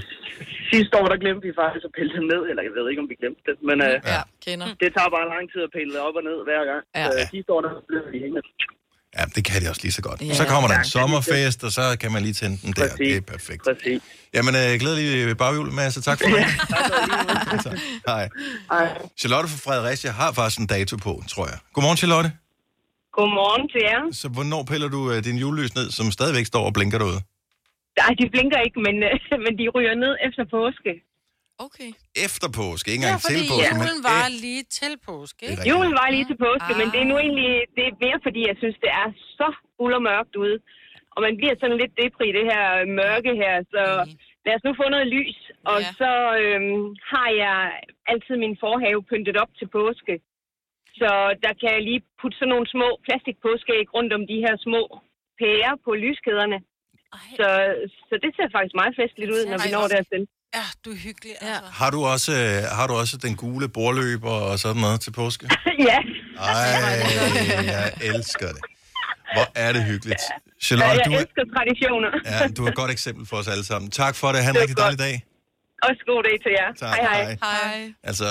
N: Sidste år, der glemte vi faktisk at pille dem ned, eller jeg ved ikke, om vi glemte det, men øh,
A: Ja,
G: kender.
N: det tager bare lang tid at pille det op og ned hver gang. Ja. Så øh, sidste år, der blev vi hængende.
A: Ja, det kan de også lige så godt.
N: Ja.
A: Så kommer der en
N: Ja,
A: sommerfest, og så kan man lige tænde den der. Det er perfekt.
N: Præcis.
A: Jamen, øh, glædelig baghjul, Mads, og tak for det. Tak. Hej. Charlotte fra Fredericia har faktisk en dato på, tror jeg. Godmorgen, Charlotte.
O: Godmorgen til jer.
A: Så hvornår piller du øh, din julelys ned, som stadigvæk står og blinker derude?
O: Ej, de blinker ikke, men, øh, men de ryger ned efter påske.
G: Okay.
A: Efter påske, ikke
F: Ja,
A: engang
F: fordi
A: til påske. men
F: julen var lige til påske,
A: Det er
F: ikke?
A: rigtigt.
O: Julen var lige til påske, ah. men det er nu egentlig det er mere, fordi jeg synes, det er så uldermørkt ude. Og man bliver sådan lidt depri i det her øh, mørke her, så lad os nu få noget lys. Og ja. så øhm, har jeg altid min forhave pyntet op til påske. Så der kan jeg lige putte sådan nogle små plastikpåskeæg rundt om de her små pærer på lyskæderne. Så, så det ser faktisk meget festligt ud, når vi når dertil.
F: Ja, du er hyggelig. Altså.
A: Har du også, øh, har du også den gule borløber og sådan noget til påske?
O: ja.
A: Ej, jeg elsker det. Hvor er det hyggeligt.
O: Ja,
A: Charlotte,
O: jeg
A: du, er-
O: elsker traditioner.
A: ja, du er et godt eksempel for os alle sammen. Tak for det. Ha' en
O: Det var
A: rigtig dejlig dag.
O: Også god dag til jer.
A: Tak,
O: hej,
A: hej.
O: hej. hej.
A: Altså,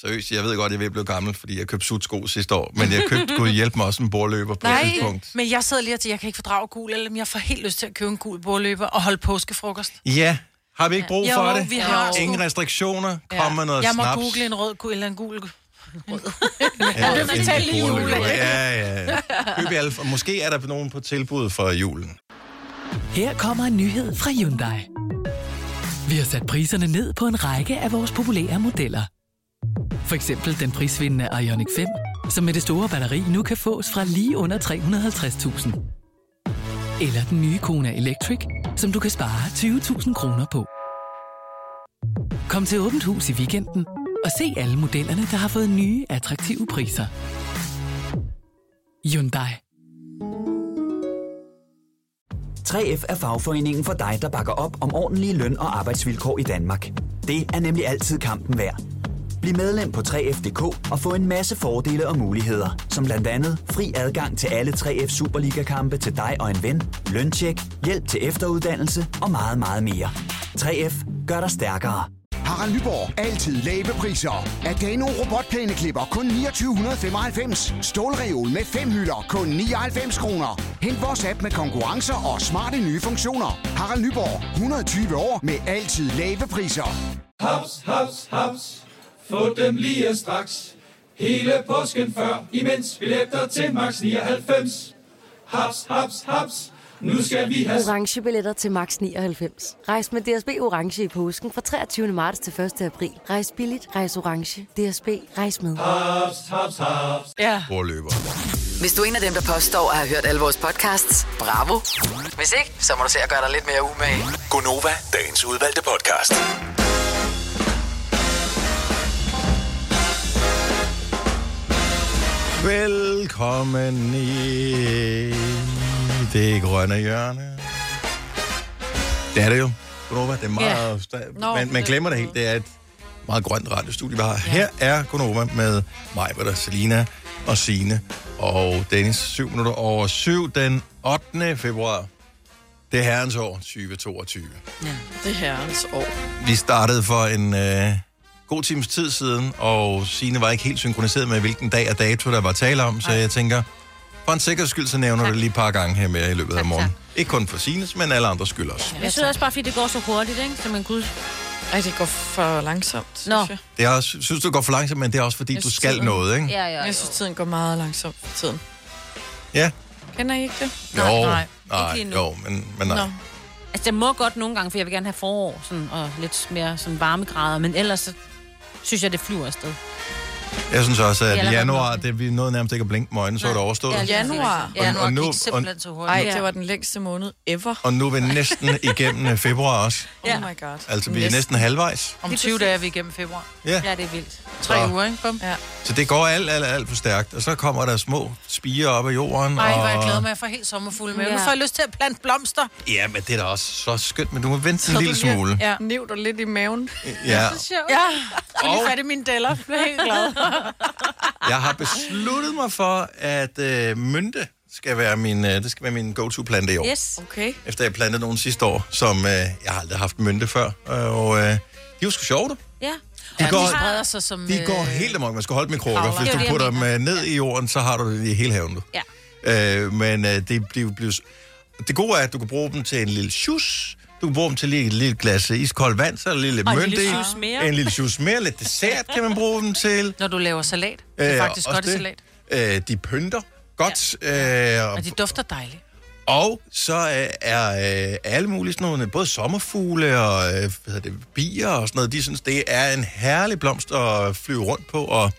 A: seriøst, jeg ved godt, jeg er ved at blive gammel, fordi jeg købte sutsko sidste år, men jeg købte kunne hjælpe mig også en borløber på et tidspunkt.
F: Ah. men jeg sidder lige og tænker, jeg kan ikke fordrage gul, eller jeg får helt lyst til at købe en gul bordløber og holde påskefrokost.
A: Ja, har vi ikke brug
F: Jo,
A: for det?
F: vi har sgu.
A: Ingen restriktioner. Kom med noget
F: jeg må
A: snaps.
F: google en rød gul, eller en gul.
A: Ja,
F: Rød.
A: en borløber. Ja, ja. Køb i alle, og måske er der nogen på tilbud for julen.
L: Her kommer en nyhed fra Hyundai. Vi har sat priserne ned på en række af vores populære modeller. For eksempel den prisvindende Ioniq 5, som med det store batteri nu kan fås fra lige under 350.000. Eller den nye Kona Electric, som du kan spare 20.000 kroner på. Kom til Åbent Hus i weekenden og se alle modellerne, der har fået nye, attraktive priser. Hyundai.
P: 3F er fagforeningen for dig, der bakker op om ordentlige løn- og arbejdsvilkår i Danmark. Det er nemlig altid kampen værd. Bliv medlem på 3F.dk og få en masse fordele og muligheder, som blandt andet fri adgang til alle 3F Superliga-kampe til dig og en ven, løntjek, hjælp til efteruddannelse og meget, meget mere. 3F gør dig stærkere.
J: Harald Nyborg. Altid lave priser. Adano robotplæneklipper kun 2995. Stålreol med fem hylder kun 99 kroner. Hent vores app med konkurrencer og smarte nye funktioner. Harald Nyborg. 120 år med altid lave priser.
Q: Haps, haps, haps. Få dem lige straks. Hele påsken før, imens billetter til max 99. Haps, haps, haps. Nu skal vi have...
R: orange billetter til max 99. Rejs med DSB orange i påsken fra 23. marts til 1. april. Rejs billigt, rejs orange. DSB rejs med.
Q: Haps, haps, haps.
F: Ja.
A: Borløber.
B: Hvis du er en af dem, der påstår at have hørt alle vores podcasts, bravo. Hvis ikke, så må du se at gøre dig lidt mere umage.
S: Gonova, dagens udvalgte podcast.
A: Velkommen i det grønne hjørne. Det er det jo. Gunova, det er meget...
H: Ja.
A: Ja.
H: Nå,
A: man, man
H: det-
A: glemmer det helt. Det er et meget grønt radiostudie, vi har. Her er Gunova med mig, der Selina og Sine og Dennis. 7 minutter over 7 den 8. februar. Det er herrens år 2022.
G: Ja. Det er altså herrens år.
A: Vi startede for en øh, god times tid siden, og Sine var ikke helt synkroniseret med, hvilken dag og dato, der var tale om, så jeg tænker, for en sikkerheds skyld, så nævner du det lige et par gange her med i løbet af morgenen. Ikke kun for Sines, men alle andres skyld også.
E: Jeg synes også bare, fordi det går så hurtigt, ikke? Så man kunne...
G: Ej, det går for langsomt, synes
E: Nå.
G: jeg.
A: Det er også, synes du går for langsomt, men det er også fordi,
G: Jeg
A: du
G: synes,
A: skal
G: tiden-
A: noget, ikke?
G: Ja, ja, jeg synes, tiden går meget langsomt for tiden.
A: Ja.
G: Kender I ikke det?
A: Jo, nej,
E: nej.
A: nej,
E: Ikke lige nu.
A: jo, men, men nej.
E: Nå. Altså, det må godt nogle gange, for jeg vil gerne have forår sådan, og lidt mere sådan varmegrader, men ellers så synes jeg, det flyver afsted.
A: Jeg synes også,
E: Det er
A: at
E: allerede
A: januar, det vi nåede nærmest ikke at blinke med øjnene, så er det overstået.
G: Ja, januar.
A: Og, og, nu, og,
G: Ej, det var den længste måned ever.
A: og nu er vi næsten igennem øh, februar også.
G: Ja. Oh my god.
A: Altså, vi er næsten halvvejs.
F: Om 20 dage er vi igennem februar.
A: Ja.
E: ja det er vildt.
F: Tre
A: Så-
F: uger, ikke? Bum.
G: Ja.
A: Så det går alt, alt, alt for stærkt. Og så kommer der små spiger op af jorden.
F: Ej,
A: og...
F: hvor er jeg glad med, at jeg får helt sommerfuld med.
G: Ja.
F: Nu får jeg lyst til at plante blomster.
A: Ja, men det er da også så skønt, men du må vente en lille smule.
F: Ja.
G: Niv dig lidt i maven.
A: Ja,
F: Ja. Så lige fat i mine deller. Jeg er helt glad.
A: jeg har besluttet mig for, at øh, mynte skal være min, øh, det skal være min go-to-plante i år.
G: Yes. Okay.
A: Efter jeg plantede nogle sidste år, som øh, jeg har aldrig haft mynte før. Og øh, de var sgu sjove, du.
E: Ja.
A: De
F: Og
A: går-
F: de spreder sig som...
A: De går
F: øh,
A: helt amok. Man skal holde dem i krukker.
F: kravler.
A: Hvis
F: Det er
A: du
F: det, jeg
A: putter dem øh, ned i jorden, så har du det i hele haven. du.
E: Ja.
A: Øh, men øh, det bliver blevet... Det gode er, at du kan bruge dem til en lille sjus. Du kan bruge dem til lige et lille glas øh, iskoldt vand, så er der lidt
F: Og en
A: mynte
F: lille
A: i.
F: sjus mere.
A: En lille sjus mere. Lidt dessert kan man bruge dem til.
F: Når du laver salat. Det er
A: Øh,
F: faktisk
A: også
F: godt i salat.
A: Øh, de pynter godt. Ja. Øh, og,
F: Og de dufter dejligt.
A: Og så øh, er øh, alle mulige sådan nogle, både sommerfugle og øh, hvad hedder det, bier og sådan noget, de synes, det er en herlig blomst at flyve rundt på og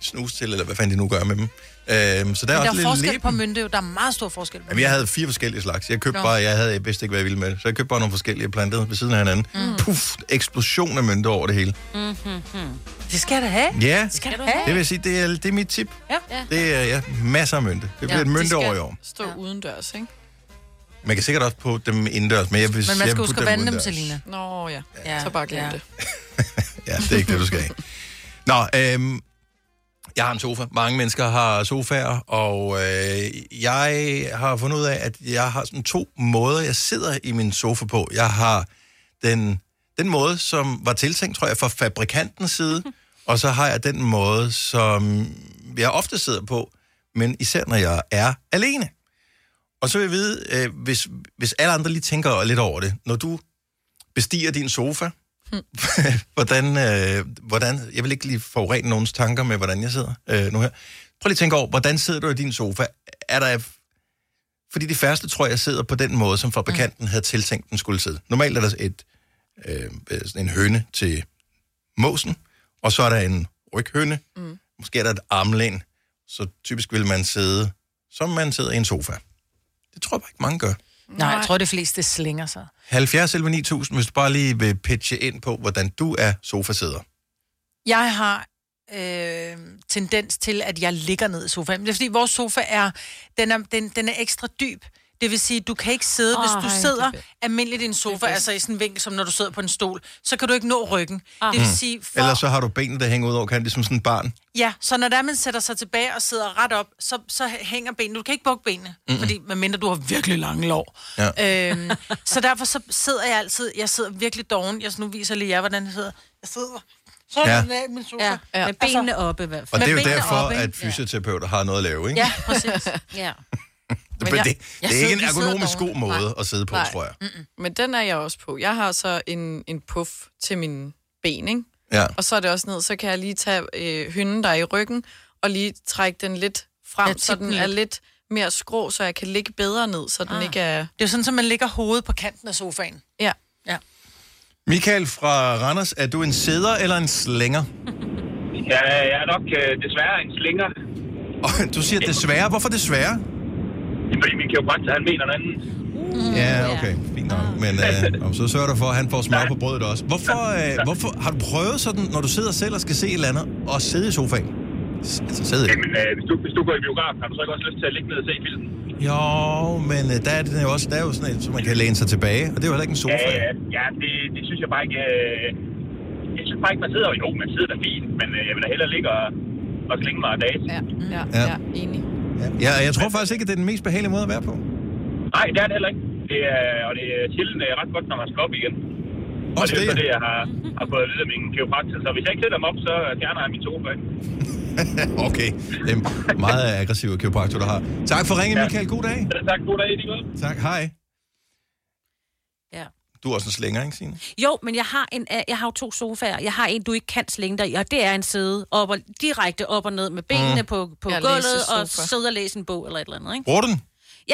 A: snuse til, eller hvad fanden de nu gør med dem. Øhm, så der er
F: Men der
A: også
F: er
A: lidt
F: forskel
A: leben.
F: på mynte, jo. der er meget stor forskel på
A: Jamen, jeg havde fire forskellige slags. Jeg købte
F: Nå.
A: bare, jeg havde, jeg vidste ikke, hvad jeg ville med det. Så jeg købte bare nogle forskellige plantet ved siden af hinanden. Mm. Puff, eksplosion af mønter over det hele.
F: Mm-hmm. Det skal jeg da have.
A: Ja,
F: det skal du have.
A: det vil jeg sige, det er, det er mit tip.
F: Ja.
A: Det er ja, masser af mønte. Det bliver ja, et mønteår i år.
G: stå ja. udendørs, ikke?
A: Man kan sikkert også på dem indendørs, men jeg vil
G: Men
A: jeg
G: man
A: vil
G: skal
A: putte
G: huske at vande dem,
A: udendørs.
G: Selina. Nå ja. ja. Så bare glem ja. det.
A: Ja, det er ikke det, du skal have. Nå, øhm, jeg har en sofa. Mange mennesker har sofaer, og øh, jeg har fundet ud af, at jeg har sådan to måder, jeg sidder i min sofa på. Jeg har den, den måde, som var tiltænkt, tror jeg, fra fabrikantens side, og så har jeg den måde, som jeg ofte sidder på, men især når jeg er alene. Og så vil jeg vide, øh, hvis, hvis alle andre lige tænker lidt over det, når du bestiger din sofa, hvordan, øh, hvordan, jeg vil ikke lige forurene nogens tanker med, hvordan jeg sidder øh, nu her. Prøv lige at tænke over, hvordan sidder du i din sofa? Er der, fordi de færreste, tror jeg, sidder på den måde, som fabrikanten mm. havde tiltænkt, den skulle sidde. Normalt er der et, øh, øh, sådan en høne til måsen, og så er der en ryghøne, mm. måske er der et armlæn, så typisk vil man sidde, som man sidder i en sofa. Det tror jeg bare ikke, mange gør.
F: Nej, jeg tror, de fleste slinger sig.
A: 70 11 9000, hvis du bare lige vil pitche ind på, hvordan du er sofasidder.
F: Jeg har øh, tendens til, at jeg ligger ned i sofaen. Det er fordi, vores sofa er, den er, den, den er ekstra dyb. Det vil sige, du kan ikke sidde, Ej,
E: Ej,
F: hvis
E: det
F: du
E: er
F: sidder
E: fedt.
F: almindeligt i en sofa, altså i sådan en vinkel, som når du sidder på en stol, så kan du ikke nå ryggen. Det vil sige, for,
A: Mhm. Mm. Ellers så har du benene, der hænger ud over kanten, ligesom sådan et barn.
F: ja, så når der man sætter sig tilbage og sidder ret op, så, så hænger benene. Du kan ikke bukke benene,
A: Mm-mm.
F: mm-hmm. fordi medmindre du har virkelig lange lår.
A: Ja.
F: Øhm, så derfor så sidder jeg altid, jeg sidder virkelig doven. Jeg, nu viser jeg lige jer, hvordan jeg sidder. Jeg sidder
A: Ja.
F: sådan ja. af min sofa. Altså, Ja.
E: Ja. Med benene oppe i hvert
A: Og
E: fald.
A: det er
E: Med
A: jo
E: benene
A: derfor,
E: oppe, ikke?
A: at fysioterapeuter har noget at lave, ikke?
E: Ja, præcis.
G: Ja.
A: det, det, det er ikke en ergonomisk god måde at sidde på, Nej. tror jeg.
G: Men den er jeg også på. Jeg har så en, en puff til mine ben, ikke?
A: Ja.
G: Og så er det også ned, så kan jeg lige tage øh, hynden, der er i ryggen, og lige trække den lidt frem,
F: Ja,
G: ja,
F: tip
G: så den
F: den
G: er
F: lidt.
G: lidt mere skrå, så jeg kan ligge bedre ned, så den
F: Ah.
G: ah. ikke er...
F: Det er jo sådan, at man ligger hovedet på kanten af sofaen.
G: Ja.
F: ja.
A: Michael fra Randers, er du en sæder eller en slænger?
T: Ja, jeg er nok øh, desværre en slinger.
A: Og du siger desværre. Hvorfor desværre?
T: Fordi min kiropraktor, han mener noget andet.
A: Ja, okay. Fint nok. Men øh, om så sørger du for, at han får smør på brødet også. Hvorfor, øh, hvorfor har du prøvet sådan, når du sidder selv og skal se et eller andet, og sidde i sofaen? S- altså sidde i
T: Jamen, øh, hvis, du, hvis du går i biografen, har du så ikke også lyst til at ligge ned og se filmen?
A: Jo, men øh, der er det jo også der er jo sådan et, så man kan læne sig tilbage, og det er jo heller ikke en sofa.
T: Ja, ja, ja det, det synes jeg bare ikke... Øh, jeg synes bare ikke, man sidder... Jo, man sidder da fint, men øh, jeg vil da hellere ligge og, og slænge mig af dagen.
G: Ja, ja,
A: Ja.
G: ja, enig.
A: Ja, og jeg tror faktisk ikke, at det er den mest behagelige måde at være på.
T: Nej, det er det heller ikke. Det er, og det er sjældent øh, ret godt, når man skal op igen. Og det er jo så det, jeg har, har fået at vide af min kiropraktor. Så hvis jeg ikke sætter dem op, så fjerner jeg min sofa.
A: okay, det er en meget aggressiv kiropraktor, du har. Tak for ringen,
T: Ja.
A: Michael. God dag.
T: Ja, tak, god dag. Det er
A: Tak, hej.
E: Ja.
A: Du er også en slænger, ikke, Signe?
E: Jo, men jeg har, en, øh, jeg har jo to sofaer. Jeg har en, du ikke kan slænge dig i, og det er en sæde op og, direkte op og ned med benene
A: Mm.
E: mm. på, på
G: Ja,
E: gulvet,
G: læsesofa.
E: og sidde og læse en bog eller et eller andet, ikke?
A: Bruger du den?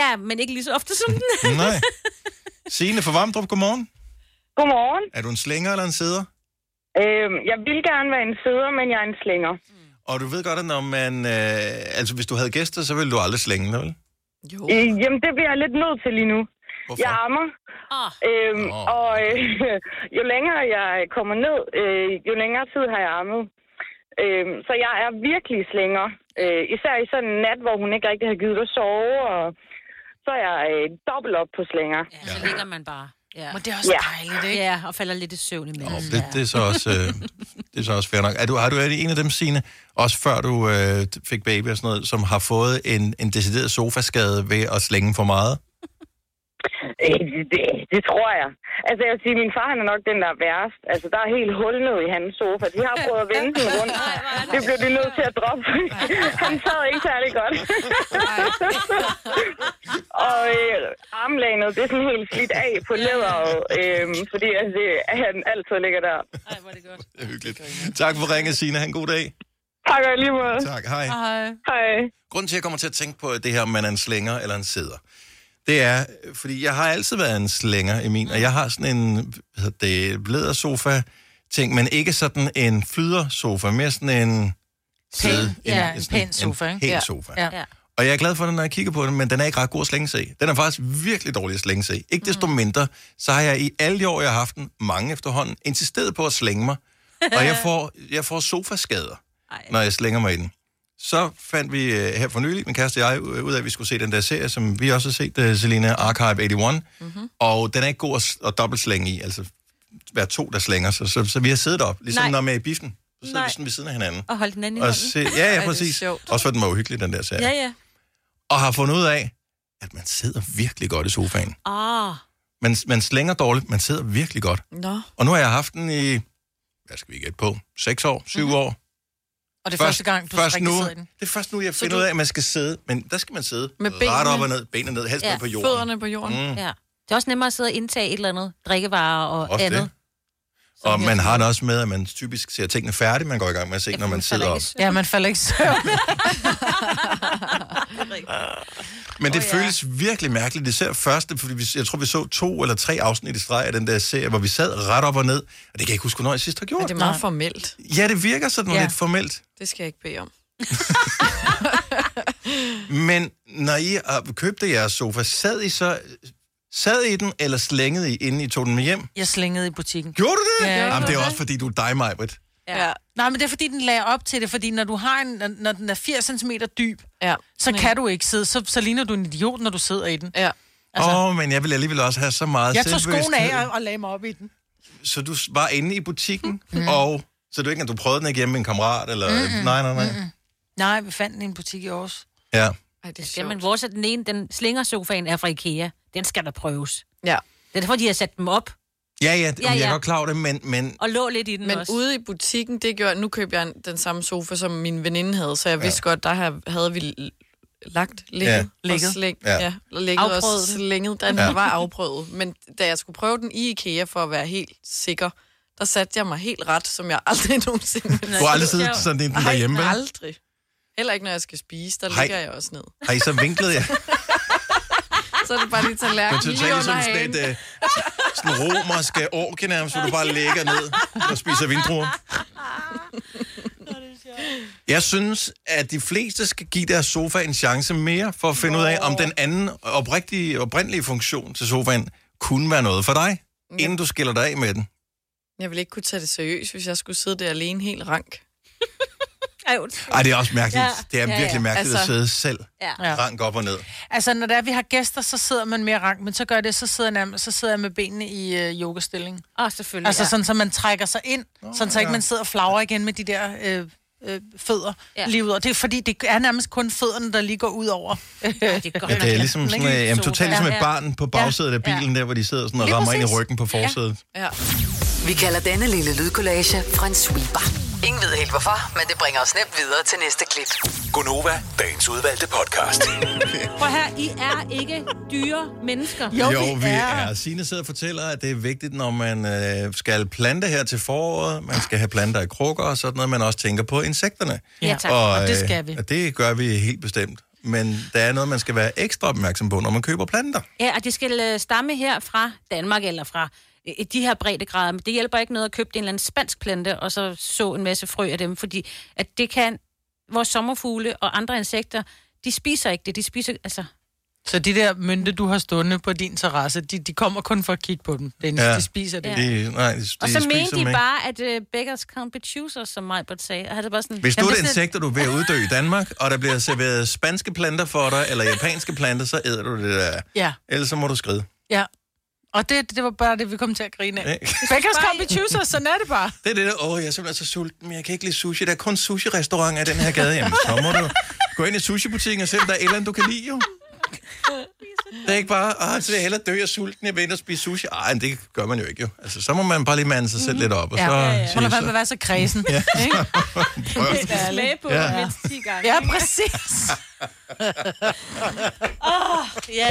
E: Ja, men ikke lige så ofte som den.
A: Nej. Signe fra Vamdrup, godmorgen.
O: Godmorgen.
A: Er du en slænger eller en sæder?
O: Øhm, jeg vil gerne være en sidder, men jeg er en slinger.
A: Og du ved godt, at når man... Øh, altså, hvis du havde gæster, så ville du aldrig slænge dig, vel?
G: Jo.
O: Øh, jamen, det bliver jeg lidt nødt til lige nu. Hvorfor? Jeg ammer.
E: Oh.
O: Øhm,
A: Nå.
O: Og øh, jo længere jeg kommer ned, øh, jo længere tid har jeg ammet. Øhm, så jeg er virkelig slænger. Øh, især i sådan en nat, hvor hun ikke rigtig har givet dig sove, og så er jeg øh, dobbelt op på slænger.
E: Ja, så ligger man bare. Ja. Men det er
O: også
E: dejligt, ikke? Ja, og falder lidt i søvn imens.
A: Det, det, er så også, øh, det er så også fair nok. Er du, har du været en af dem, Signe, også før du øh, fik baby og sådan noget, som har fået en, en decideret sofaskade ved at slænge for meget?
O: Øh, Det, det tror jeg. Altså, jeg vil sige, min far han er nok den, der er værst. Altså, der er helt hul ned i hans sofa. De har prøvet at vende den rundt. Det blev de nødt til at droppe. Han sad ikke særlig godt. og øh, armlænet, det er sådan helt slidt af på læderet, øh, fordi altså, det, han altid ligger der.
A: Det er hyggeligt. Tak for ringet, Signe. Ha' en god dag.
O: Tak og i lige måde.
A: Tak, hej.
O: Hej.
A: Grunden til, at jeg kommer til at tænke på at det her, om man er en slænger eller en sæder, det er, fordi jeg har altid været en slænger i min, og jeg har sådan en, hvad hedder det, lædersofa ting, men ikke sådan en flydersofa, mere sådan en sæde-
F: ja, en
A: sådan
F: pæn sofa, ikke?
A: En pæn
F: ja.
A: sofa.
F: Ja.
A: Og jeg er glad for den, når jeg kigger på den, men den er ikke ret god at slænge sig i. Den er faktisk virkelig dårlig at slænge sig i. Ikke desto
E: Mm.
A: mindre, så har jeg i alle de år, jeg har haft den, mange efterhånden, insisteret på at slænge mig. Og jeg får, jeg får sofaskader, Ej. når jeg slænger mig i den. Så fandt vi øh, her for nylig, min kæreste og jeg, øh, ud af, at vi skulle se den der serie, som vi også har set, øh, Selina Archive 81. Mm-hmm. Og den er ikke god at, s- at dobbeltslænge i, altså være to, der slænger sig. Så, så vi har siddet op, ligesom
E: Nej.
A: Nej. når man er i biffen. Så sidder
E: Nej.
A: vi sådan ved siden af hinanden.
E: Og holde den anden i
A: Mm. Og
E: hånden.
A: se, ja, ja, præcis. Også for den var uhyggelig, den der serie
E: Ja, ja.
A: og har fundet ud af, at man sidder virkelig godt i sofaen.
E: Ah,
A: Man, man slænger dårligt, man sidder virkelig godt.
G: Nå.
A: Og nu har jeg haft den i, hvad skal vi gætte på, 6 år, 7 mm-hmm. år.
F: Og det er
A: Først-
F: første gang, du
A: først
F: rigtig
A: nu-
F: sidder i den.
A: Det er først nu, jeg Find ud af, at man skal sidde, men der skal man sidde
E: Med
A: ret
E: benene.
A: op og ned, benene ned, helst ja. ned på jorden.
E: fødderne på jorden.
A: Mm.
E: Mm. Ja. Det er også nemmere at sidde og indtage et eller andet, drikkevarer og
A: Også
E: andet.
A: det. Og man har det også med, at man typisk ser tingene færdige, man går i gang med at se, når man sidder op.
F: Ja, man falder ikke i søvn.
A: Men det oh, føles virkelig mærkeligt, især første, fordi vi, jeg tror, vi så to eller tre afsnit i streg af den der serie, hvor vi sad ret op og ned, og det kan jeg ikke huske, hvornår jeg sidst har gjort.
G: Men det er meget formelt.
A: Ja, det virker sådan
G: Ja.
A: ja. lidt formelt.
G: Det skal jeg ikke bede om.
A: Men når I øh, købte jeres sofa, sad I så sad I den, eller slængede I, inden I tog den med hjem?
F: Jeg slængede i butikken.
A: Gjorde du det?
F: Ja, jeg
A: Jamen, det er
F: gjorde
A: også, fordi du er dig, Majbrit.
F: Ja. ja. Nej, men det er fordi, den lagde op til det, fordi når du har en, når- når den er 80 cm dyb,
G: ja.
F: så kan du ikke sidde, så, så ligner du en idiot, når du sidder i den.
G: Ja.
A: Åh, oh, men jeg ville alligevel også have så meget
F: Jeg tog
A: selvbevidsthed.
F: skoen af og, og lagde mig op i den.
A: Så du s- var inde i butikken, mm. og så du ikke, at du prøvede den ikke hjemme med en kammerat, eller... Mm-mm. Nej, nej, nej. Mm-mm.
F: Nej, vi fandt den i en butik i Aarhus.
A: Ja.
E: Ej, det er sjovt. Jamen, vores er den ene, den slingersofaen er fra Ikea. Den skal der prøves.
G: Ja.
E: Det er derfor, de har sat dem op
A: Ja, ja, det,
E: Ja,
A: ja, ja. jeg
E: ja.
A: er godt klar over det, men, men
E: og lå lidt i den
G: Men
E: også.
G: ude i butikken, det gjorde, nu købte jeg den samme sofa, som min veninde havde, så jeg vidste godt, der har- havde vi l- lagt ligget,
E: Ja.
G: ja.
E: Ligget.
G: og slæng,
E: Ja.
G: ja. Ja, ligget
E: Afprøvet
G: og
E: den.
G: slænget, den
E: Ja.
G: ja. var afprøvet. Men da jeg skulle prøve den i IKEA for at være helt sikker, der satte jeg mig helt ret, som jeg aldrig nogensinde ville
A: Du har aldrig siddet sådan i den derhjemme, vel?
G: Nej, aldrig. Heller ikke, når jeg skal spise, der
A: Hej.
G: ligger jeg også ned.
A: har I så vinklet jer?
G: Så er det bare lige
A: Men
G: tallerken
A: så
G: lige
A: tager I
G: under
A: sådan
G: hagen.
A: sådan et øh, sådan romersk øh, orke nærmest, hvor du bare ligger ned og spiser vindruer. Jeg synes, at de fleste skal give deres sofa en chance mere for at finde ud af, om den anden oprigtige, oprindelige funktion til sofaen kunne være noget for dig, inden du skiller dig af med den.
G: Jeg ville ikke kunne tage det seriøst, hvis jeg skulle sidde der alene helt rank. Ej,
A: Ej, det er også mærkeligt. Det er virkelig mærkeligt at sidde selv.
F: Ja.
A: Rank op og ned.
F: Altså, når det er, vi har gæster, så sidder man mere rank, men så gør jeg det, så sidder jeg, nærmest, så sidder jeg med benene i øh, yogastilling.
E: Åh, oh, selvfølgelig.
F: Altså
E: ja.
F: sådan, så man trækker sig ind, oh, sådan så ikke
E: ja.
F: man sidder og flagrer igen med de der øh, øh, fødder
E: Ja.
F: ja. lige ud. Og det er fordi, det er nærmest kun fødderne, der lige går ud over. ja, det
A: Ja, det er ligesom sådan, øh, jamen, totalt ligesom et barn på bagsædet af bilen, der hvor de sidder sådan og
B: Lige
A: rammer ind i
B: præcis.
A: ryggen på
B: Ja.
A: forsædet.
G: Ja.
B: Vi kalder denne lille lydkollage en sweeper. Ingen ved helt hvorfor, men det bringer os nemt videre til næste klip.
S: Gunova, dagens udvalgte podcast.
E: Prøv her, I er ikke dyre mennesker.
A: Jo, jo vi er. er. Signe sidder og fortæller, at det er vigtigt, når man øh, skal plante her til foråret. Man skal have planter i krukker og sådan noget. Man også tænker på insekterne.
F: Ja, tak. Og det skal vi.
A: Og det gør vi helt bestemt. Men der er noget, man skal være ekstra opmærksom på, når man køber planter.
F: Mm.
E: Ja, og det skal øh, stamme her fra Danmark eller fra øh, de her breddegrader. Men det hjælper ikke noget at købe en eller anden spansk plante, og så så en masse frø af dem, fordi at det kan vores sommerfugle og andre insekter, de spiser ikke det. De spiser, altså,
F: Så de der mynte, du har stående på din terrasse, de, de kommer kun for at kigge på dem. Dennis, ja. de spiser det.
A: De, nej, de, de
E: og så
A: spiser
E: mente de
A: dem ikke.
E: bare, at uh, beggars can't be choosers, som Majbert sagde. Og havde det bare sådan,
A: Hvis du
E: Jamen,
A: er
E: det
A: et
E: sådan et-
A: insekter, du er ved at uddø i Danmark, og der bliver serveret spanske planter for dig, eller japanske planter, så æder du det der.
F: Ja,
A: Ellers så må du skride.
F: ja. Og det, det var bare det, vi kom til at grine af.
A: Ikke?
F: Beggars can't be choosers, sådan er det bare.
A: Det er det der, åh, jeg er simpelthen så sulten, men jeg kan ikke lide sushi. Der er kun sushi-restauranter i den her gade. Jamen, så må du gå ind i sushi-butikken og se, om der er et eller andet, du kan lide, jo. Det er ikke bare, ah, så vil jeg hellere dø af sulten, jeg vil ind og spise sushi. Ej, men det gør man jo ikke, jo. Altså, så må man bare lige mande sig selv lidt op, og så... sige,
F: Hold da være
A: så-
F: med at være så kredsen.
A: Ja.
F: Ikke?
A: Prøv.
E: Smage på
A: Ja.
E: mindst 10 gange.
F: Ja,
E: ikke?
F: præcis.
E: Åh, ja.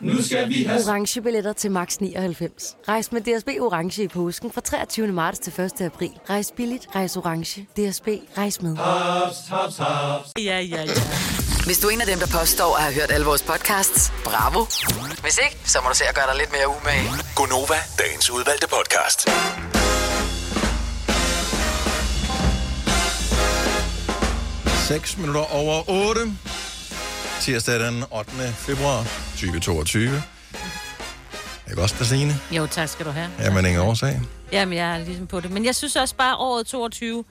Q: Nu skal vi have...
B: orange billetter til max 99. Rejs med DSB orange i påsken fra 23. marts til 1. april. Rejs billigt, rejs orange. DSB rejs med.
Q: Haps, haps, haps.
B: Ja, ja, ja. Hvis du er en af dem, der påstår at have hørt alle vores podcasts, bravo. Hvis ikke, så må du se at gøre dig lidt mere umage.
S: Gonova, dagens udvalgte podcast.
A: Klokken 6 minutter over 8. Tirsdag den 8. februar 2022. Ikke også, der Signe?
E: Jo, tak skal du have.
A: Jamen, ingen årsag.
E: Jamen, jeg er ligesom på det. Men jeg synes også bare, året 22,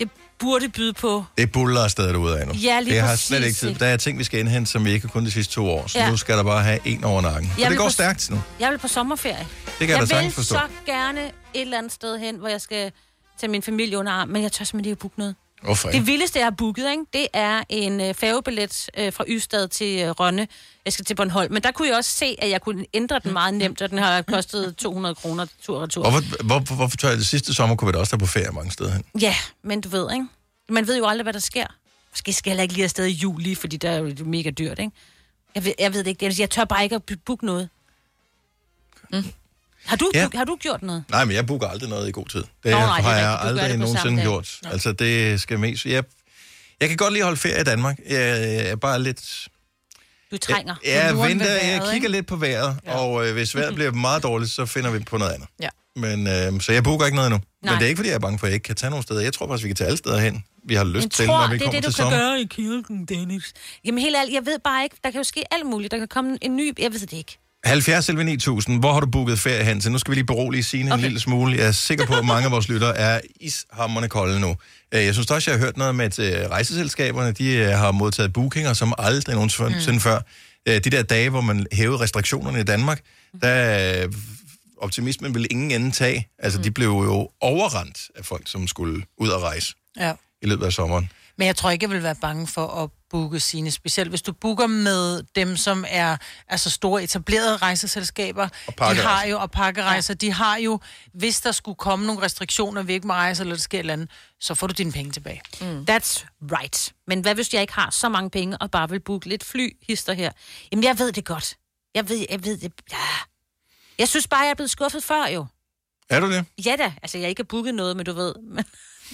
E: det burde byde på...
A: Det buller afsted derude af nu.
E: Ja, lige
A: det har
E: præcis,
A: slet ikke tid.
E: ikke?
A: Der er ting, vi skal indhente, som vi ikke har kunnet de sidste to år. Så
E: Ja.
A: ja. nu skal der bare have en over nakken. Og
E: Jeg
A: det
E: vil
A: går
E: på-
A: stærkt nu.
E: Jeg vil på sommerferie.
A: kan jeg da
E: jeg vil
A: sagtens forstå.
E: så gerne et eller andet sted hen, hvor jeg skal tage min familie under arm, men jeg tør simpelthen ikke at booke noget.
A: Hvorfor
E: Det
A: ikke?
E: vildeste, jeg har booket, ikke, det er en øh, færgebillet øh, fra Ystad til øh, Rønne. Jeg skal til Bornholm. Men der kunne jeg også se, at jeg kunne ændre den meget nemt, og den har kostet 200 kroner tur og retur.
A: Hvorfor, hvor, hvorfor tør jeg det sidste sommer, kunne vi da også tage på ferie mange steder hen?
E: Ja, men du ved, ikke? Man ved jo aldrig, hvad der sker. Måske skal jeg heller ikke lige afsted i juli, fordi der er jo det er mega dyrt, ikke? Jeg ved, jeg ved det ikke. Jeg- Jeg tør bare ikke at bu- booke noget. Mm. Har, du,
A: Ja.
E: ja. har du gjort noget?
A: Nej, men jeg booker aldrig noget i god tid. Det Nå,
E: nej, det er rigtigt.
A: har jeg
E: Du gør det
A: aldrig
E: på
A: nogensinde
E: samme dag.
A: gjort. Altså, det skal mest... Jeg, jeg kan godt lide at holde ferie i Danmark. Jeg er bare lidt...
E: Du trænger.
A: Jeg,
E: Du
A: jeg
E: lurer
A: venter,
E: ved
A: jeg
E: vejret,
A: kigger
E: ikke?
A: lidt på vejret, ja. og øh, hvis vejret bliver meget dårligt, så finder vi på noget andet.
G: Ja.
A: Men, øh, så jeg booker ikke noget endnu. Nej.
E: Nej.
A: Men det er ikke, fordi jeg er bange for, at jeg ikke kan tage nogen steder. Jeg tror faktisk, vi kan tage alle steder hen, vi har lyst
E: Jeg
A: til,
E: tror,
A: når vi
E: det er
A: kommer
E: det, du
A: til
E: kan
A: sommer.
E: gøre i kirken, Dennis. Jamen helt ærligt, jeg ved bare ikke. Der kan jo ske alt muligt. Der kan komme en ny... Jeg ved det ikke.
A: 70 11 9000, hvor har du booket ferie hen til? Nu skal vi lige berolige Signe okay. en lille smule. Jeg er sikker på, at mange af vores lyttere er ishammerne kolde nu. Øh, Jeg synes også, jeg har hørt noget med, at øh, rejseselskaberne de øh, har modtaget bookinger, som aldrig nogensinde mm. før. Øh, De der dage, hvor man hævede restriktionerne i Danmark,
E: Mhm.
A: der øh, optimismen ville ingen ende tage. Altså,
E: Mm.
A: de blev jo overrendt af folk, som skulle ud og rejse
F: Ja.
A: i løbet af sommeren.
F: Men jeg tror ikke, jeg vil være bange for at booke sine specielt. Hvis du booker med dem, som er altså store etablerede rejseselskaber, de
A: pakkerejser.
F: har jo, og pakkerejser, ja. de har jo, hvis der skulle komme nogle restriktioner, vi ikke må rejse, eller der sker et eller andet, så får du dine penge tilbage.
E: Mm. That's right. Men hvad hvis jeg ikke har så mange penge, og bare vil booke lidt flyhister her? Jamen, jeg ved det godt. Jeg ved, jeg ved det. Ja. Jeg synes bare, jeg er blevet skuffet før, jo.
A: Er du det?
E: Ja da, altså jeg ikke har booket noget, men du ved, man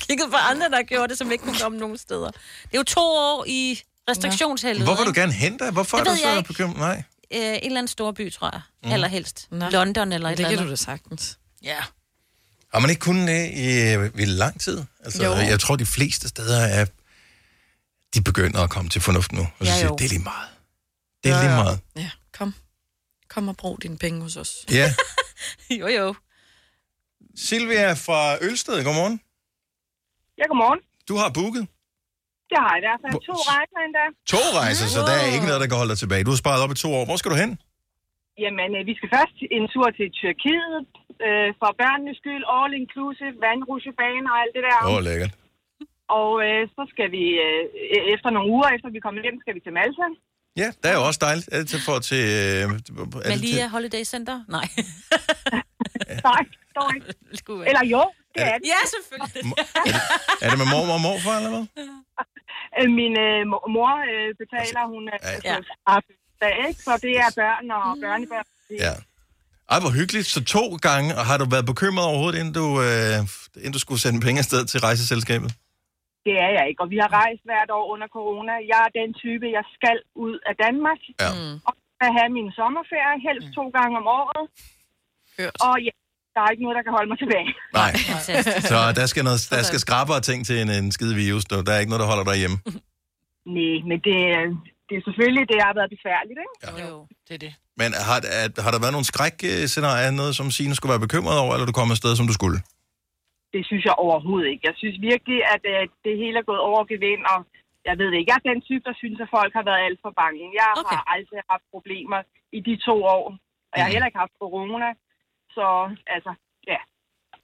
E: kiggede på andre, der gjorde det, som ikke kunne komme nogen steder. Det er jo to år i restriktionsheldet.
A: Hvorfor vil du gerne hente dig? Hvorfor
E: Det
A: er du
E: ved jeg
A: så
E: ikke.
A: bekymret? Nej.
E: Øh, en eller anden stor by, tror jeg.
A: Mm.
E: Mm. Allerhelst. Nå. London eller et
G: Det
E: eller
G: kan
E: andet.
G: du da sagtens.
F: Ja.
A: Har man ikke kunnet det i, øh, i lang tid? Altså,
G: Jo.
A: jo. jeg tror, de fleste steder er... De begynder at komme til fornuft nu. Og så
G: Ja,
A: ja, siger,
G: jo.
A: det er lige meget. Det er ja, lige meget.
G: Ja, kom. Kom og brug dine penge hos os.
A: Ja.
E: jo, jo.
A: Silvia fra Ølsted, godmorgen.
U: Ja, godmorgen.
A: Du har booket
U: Det har jeg i hvert fald. To rejser endda.
A: to rejser, så der er ikke noget, der kan holde dig tilbage. Du har sparet op i to år. Hvor skal du hen?
U: Jamen, øh, vi skal først en tur til Tyrkiet. Øh, for børnenes skyld, all inclusive, vandrutsjebane og alt det der.
A: Åh, oh, lækkert.
U: Og øh, så skal vi, øh, e- efter nogle uger efter vi kommer hjem, skal vi til Malta.
A: Ja, der er jo også dejligt. Er det til for til... Øh, er det
E: Malia
A: til
E: Holiday Center? Nej.
U: Nej, dog ikke. Eller jo, det er det.
E: Ja, selvfølgelig.
A: er det med mormor og morfar, eller hvad?
U: Øh, Min øh, mo- mor øh, betaler, hun øh, ja. ikke? Så det er børn og børnebørn.
A: Ja. Ej, hvor hyggeligt. Så to gange, og har du været bekymret overhovedet, inden du, øh, inden du skulle sende penge afsted til rejseselskabet?
U: Det er jeg
F: Mm.
U: ikke, og vi har rejst hvert år under corona. Jeg er den type, jeg skal ud af Danmark.
A: Ja.
U: Og at have min sommerferie, helst to gange om året.
V: Hørt.
U: Og ja, der er ikke noget, der kan holde mig tilbage.
A: Nej. Så der skal, noget, der skal skrabere ting til en, en skide virus. Der der er ikke noget, der holder dig hjemme.
U: Nej, men det, er- det er selvfølgelig, det har været besværligt, ikke?
F: Ja. Jo, det er det.
A: Men har, er, har der været nogle skrækscenarier, noget som Signe skulle være bekymret over, eller du kom afsted, som du skulle?
U: Det synes jeg overhovedet ikke. Jeg synes virkelig, at øh, det hele er gået over gevind, og jeg ved det ikke. Jeg er den type, der synes, at folk har været alt for bange. Jeg okay. har aldrig haft problemer i de to år, og
A: Mhm.
U: jeg har heller ikke haft corona. Så altså, ja.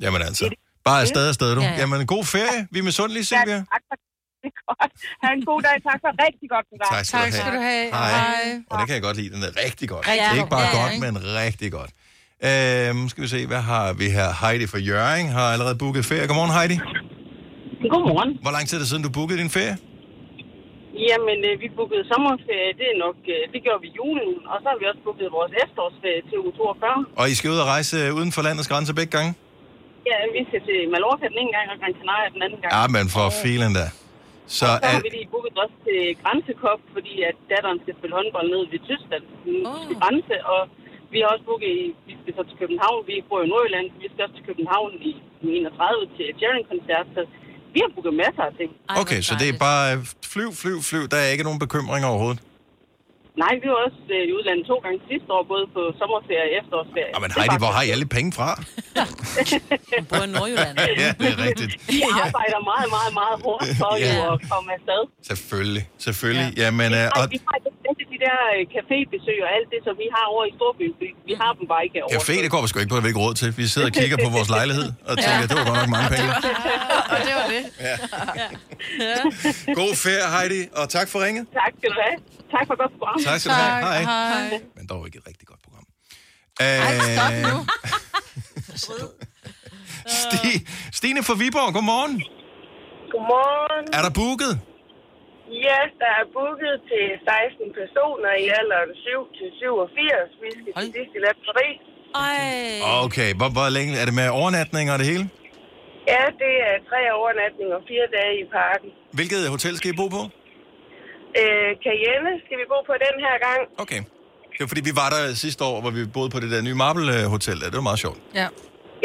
A: Jamen altså, bare afsted, afsted du.
U: Ja, ja.
A: Jamen, god ferie. Vi er misundelige, Silvia.
U: tak for det. er Godt. Ha' en god dag. Tak for et rigtig godt program.
A: Tak skal, du have. Hej. Og det kan jeg godt lide, den er rigtig godt.
U: Rigtig
A: Rigtig
U: godt.
A: ikke bare
U: Ja, ja,
A: godt,
U: ikke?
A: men rigtig godt. Øhm, skal vi se, hvad har vi her? Heidi fra Jøring har allerede booket ferie. Godmorgen, Heidi.
W: Godmorgen.
A: Hvor lang tid er det siden, du bookede din ferie?
W: Jamen, øh, vi bookede sommerferie, det er nok, øh, det gjorde vi i julen, og så har vi også booket vores efterårsferie til uge 42.
A: Og I skal ud og rejse øh, uden for landets grænser begge gange?
W: Ja, vi skal til Mallorca den ene gang, og Gran Canaria den anden gang.
A: Ja, men for filen da. Så
W: Så har
A: er,
W: vi lige booket også til Grænsekop, fordi at datteren skal spille håndbold ned ved Tyskland, den oh. grænse, og vi har også booket, i, vi skal så til København, vi bor i Nordjylland, vi skal også til København i den 31 til Sharon-koncert, så vi har booket masser af ting.
A: okay, så det er bare øh, flyv, flyv, flyv. Der er ikke nogen bekymringer overhovedet.
W: Nej, vi var også øh, i udlandet to gange sidste år, både på sommerferie og efterårsferie.
A: Men Heidi, hvor har I alle penge fra?
W: Hun bor i Nordjylland.
A: ja, det er rigtigt.
W: Vi arbejder meget, meget, meget hårdt for
A: Ja.
W: jo at komme afsted.
A: Selvfølgelig, selvfølgelig. Ja. Jamen, øh,
W: Og
A: og
W: vi har ikke alle de der øh, cafébesøg og alt det, som vi har over i Storbyen. Vi, vi har dem bare ikke over.
A: café, det går vi sgu ikke på, at vi ikke har råd til. Vi sidder og kigger på vores lejlighed og tænker, det var godt nok mange penge.
W: og det var det.
A: Ja. God ferie, Heidi, og tak for ringet.
W: tak skal du have. Tak for godt program.
A: Tak skal du have. Tak. Hej. Hej. Men dog ikke et rigtig godt program. Ej,
W: stop nu.
A: Sti- Stine fra Viborg, godmorgen.
O: Godmorgen.
A: Er der booket?
O: Ja, der er booket til 16 personer i alderen 7 til 87. Vi skal til Disneyland Paris. Ej.
A: Okay, hvor, hvor længe er det med overnatning og det hele?
O: Ja, det er tre overnatninger og fire dage i parken.
A: Hvilket hotel skal I bo på?
O: Øh, Cayenne skal vi bo på den her gang.
A: Okay. Det var fordi, vi var der sidste år, hvor vi boede på det der nye Marble øh, Hotel. der. Det var meget sjovt.
O: Ja.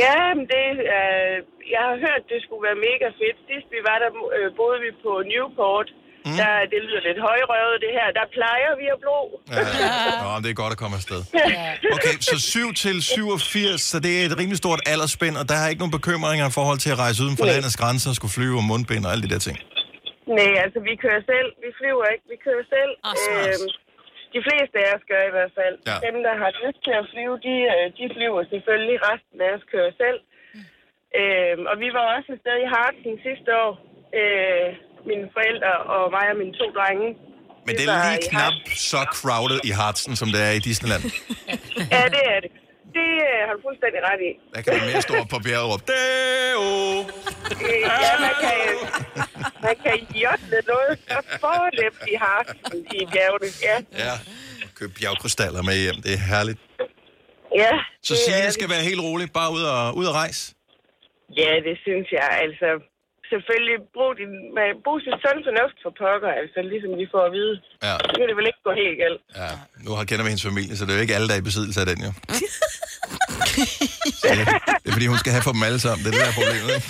O: Ja, men det, øh, jeg har hørt, det skulle være mega fedt. Sidst vi var der, øh, boede vi på Newport. Mm. Der, det lyder lidt højrøvet, det her. Der plejer vi at bo.
A: Ja. Nå, men det er godt at komme afsted. Okay, så 7 til 87, så det er et rimelig stort aldersspænd, og der er ikke nogen bekymringer i forhold til at rejse uden for landets grænser og skulle flyve og mundbind og alle de der ting.
O: Nej, altså vi kører selv. Vi flyver ikke. Vi kører selv. Øhm,
X: Ah, smart.
O: de fleste af os gør i hvert fald.
X: Ja.
O: Ja. Dem, der har lyst til at flyve, de, øh, de flyver selvfølgelig. Resten af os kører selv. Øhm, og vi var også afsted i Harten sidste år. Øh, mine forældre og mig og mine to drenge.
A: Men
O: Vi
A: det
O: var
A: er
O: i
A: lige knap så crowded i Hartsen, som det er i Disneyland.
O: Harzen. Ja, det er det. Det øh, har du fuldstændig ret i.
A: Der kan man mere stå op på bjerget og råbe, "Deo!"
O: Øh, ja, man kan, man kan jodle noget så fornemt i Harzen i bjergene. Ja,
A: Ja, og købe bjergkrystaller med hjem. Det er herligt.
O: ja
A: Så
O: det er
A: Signe skal være helt rolig, bare ud og, ud og rejse.
O: Ja, det synes jeg. Altså, selvfølgelig brug, din, man- brug sin sund fornuft for pokker, altså, ligesom de får at vide.
A: Ja.
O: Så kan det vel ikke gå helt galt.
A: Ja, nu har kender vi hendes familie, så det er jo ikke alle, der er i besiddelse af den, jo. Så det, det er fordi, hun skal have for dem alle sammen. Det er det, der er problemet, ikke?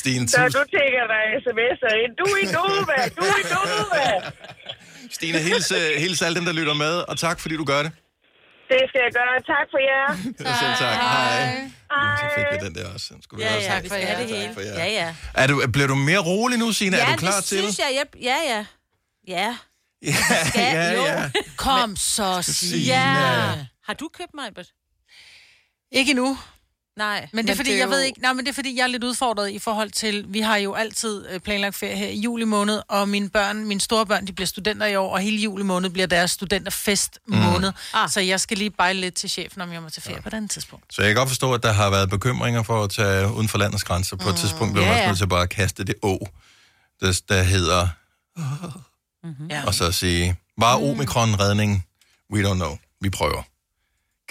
A: Stine,
O: Så
A: tusind,
O: du tænker dig sms'er ind. Du er i Nova! Du er i Nova!
A: Stine hils, øh, hils alle dem, der lytter med, og tak, fordi du gør det.
O: Det skal jeg gøre. Tak for jer.
A: Selv tak. Hej.
U: Ah,
A: Jamen, Så fik vi den der også. Den Skulle vi
E: Ja,
A: også
E: ja,
A: have.
E: vi skal have det
A: Tak
E: hele.
A: for jer.
E: Ja, ja.
A: Er du, bliver du mere rolig nu, Signe?
E: ja,
A: er du klar
E: det
A: til
E: synes jeg. Jeg, ja, ja. Ja.
A: Ja, ja, ja.
F: Kom så, Signe.
E: Ja. Har du købt mig, Britt?
F: Ikke endnu.
E: Nej.
F: Men det er fordi,
E: jo-
F: jeg ved ikke, nej, men det er fordi, jeg er lidt udfordret i forhold til, vi har jo altid øh, planlagt ferie her i juli måned, og mine børn, mine store børn, de bliver studenter i år, og hele juli måned bliver deres studenterfest måned. Mm. Så jeg skal lige bejle lidt til chefen, om jeg må tage ferie ja. på den tidspunkt.
A: Så jeg kan godt forstå, at der har været bekymringer for at tage uden for landets grænser.
E: Mm.
A: På et tidspunkt blev man
F: Ja,
A: også
F: ja.
A: nødt til bare at kaste det å, der, der hedder,
E: Mm-hmm.
F: Ja.
A: og så sige, var
E: Mm.
A: omikron redning? We don't know. Vi prøver.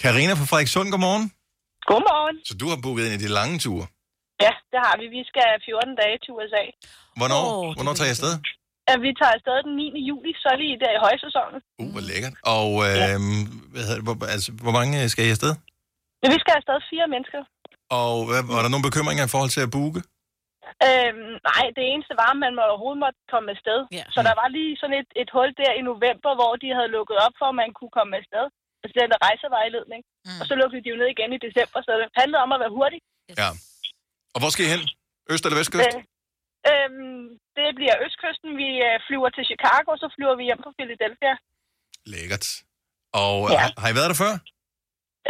A: Karina fra Frederikssund, godmorgen.
D: Godmorgen.
A: Så du har booket ind i de lange ture.
D: Ja, det har vi. Vi skal 14 dage til USA.
A: Hvornår, oh, hvornår tager jeg afsted?
D: at vi tager afsted den 9. juli, så lige der i højsæsonen.
A: Uh, hvor lækkert. Og øh, hvad hedder det, hvor, altså, hvor mange skal I afsted?
D: Men vi skal afsted fire mennesker.
A: Og hvad, var der nogle bekymringer i forhold til at booke?
D: Øhm, nej, det eneste var, at man må overhovedet måtte komme afsted. Yeah. Så der var lige sådan et, et hul der i november, hvor de havde lukket op for, at man kunne komme afsted. Altså den der rejsevejledning. Mm. Og så lukkede de jo ned igen i december, så det handlede om at være hurtig.
A: Ja. Og hvor skal I hen? Øst eller vestkyst?
D: Øh, øhm, det bliver Østkysten. Vi øh, flyver til Chicago, så flyver vi hjem fra Philadelphia.
A: Lækkert. Og ja. har, har I været der før?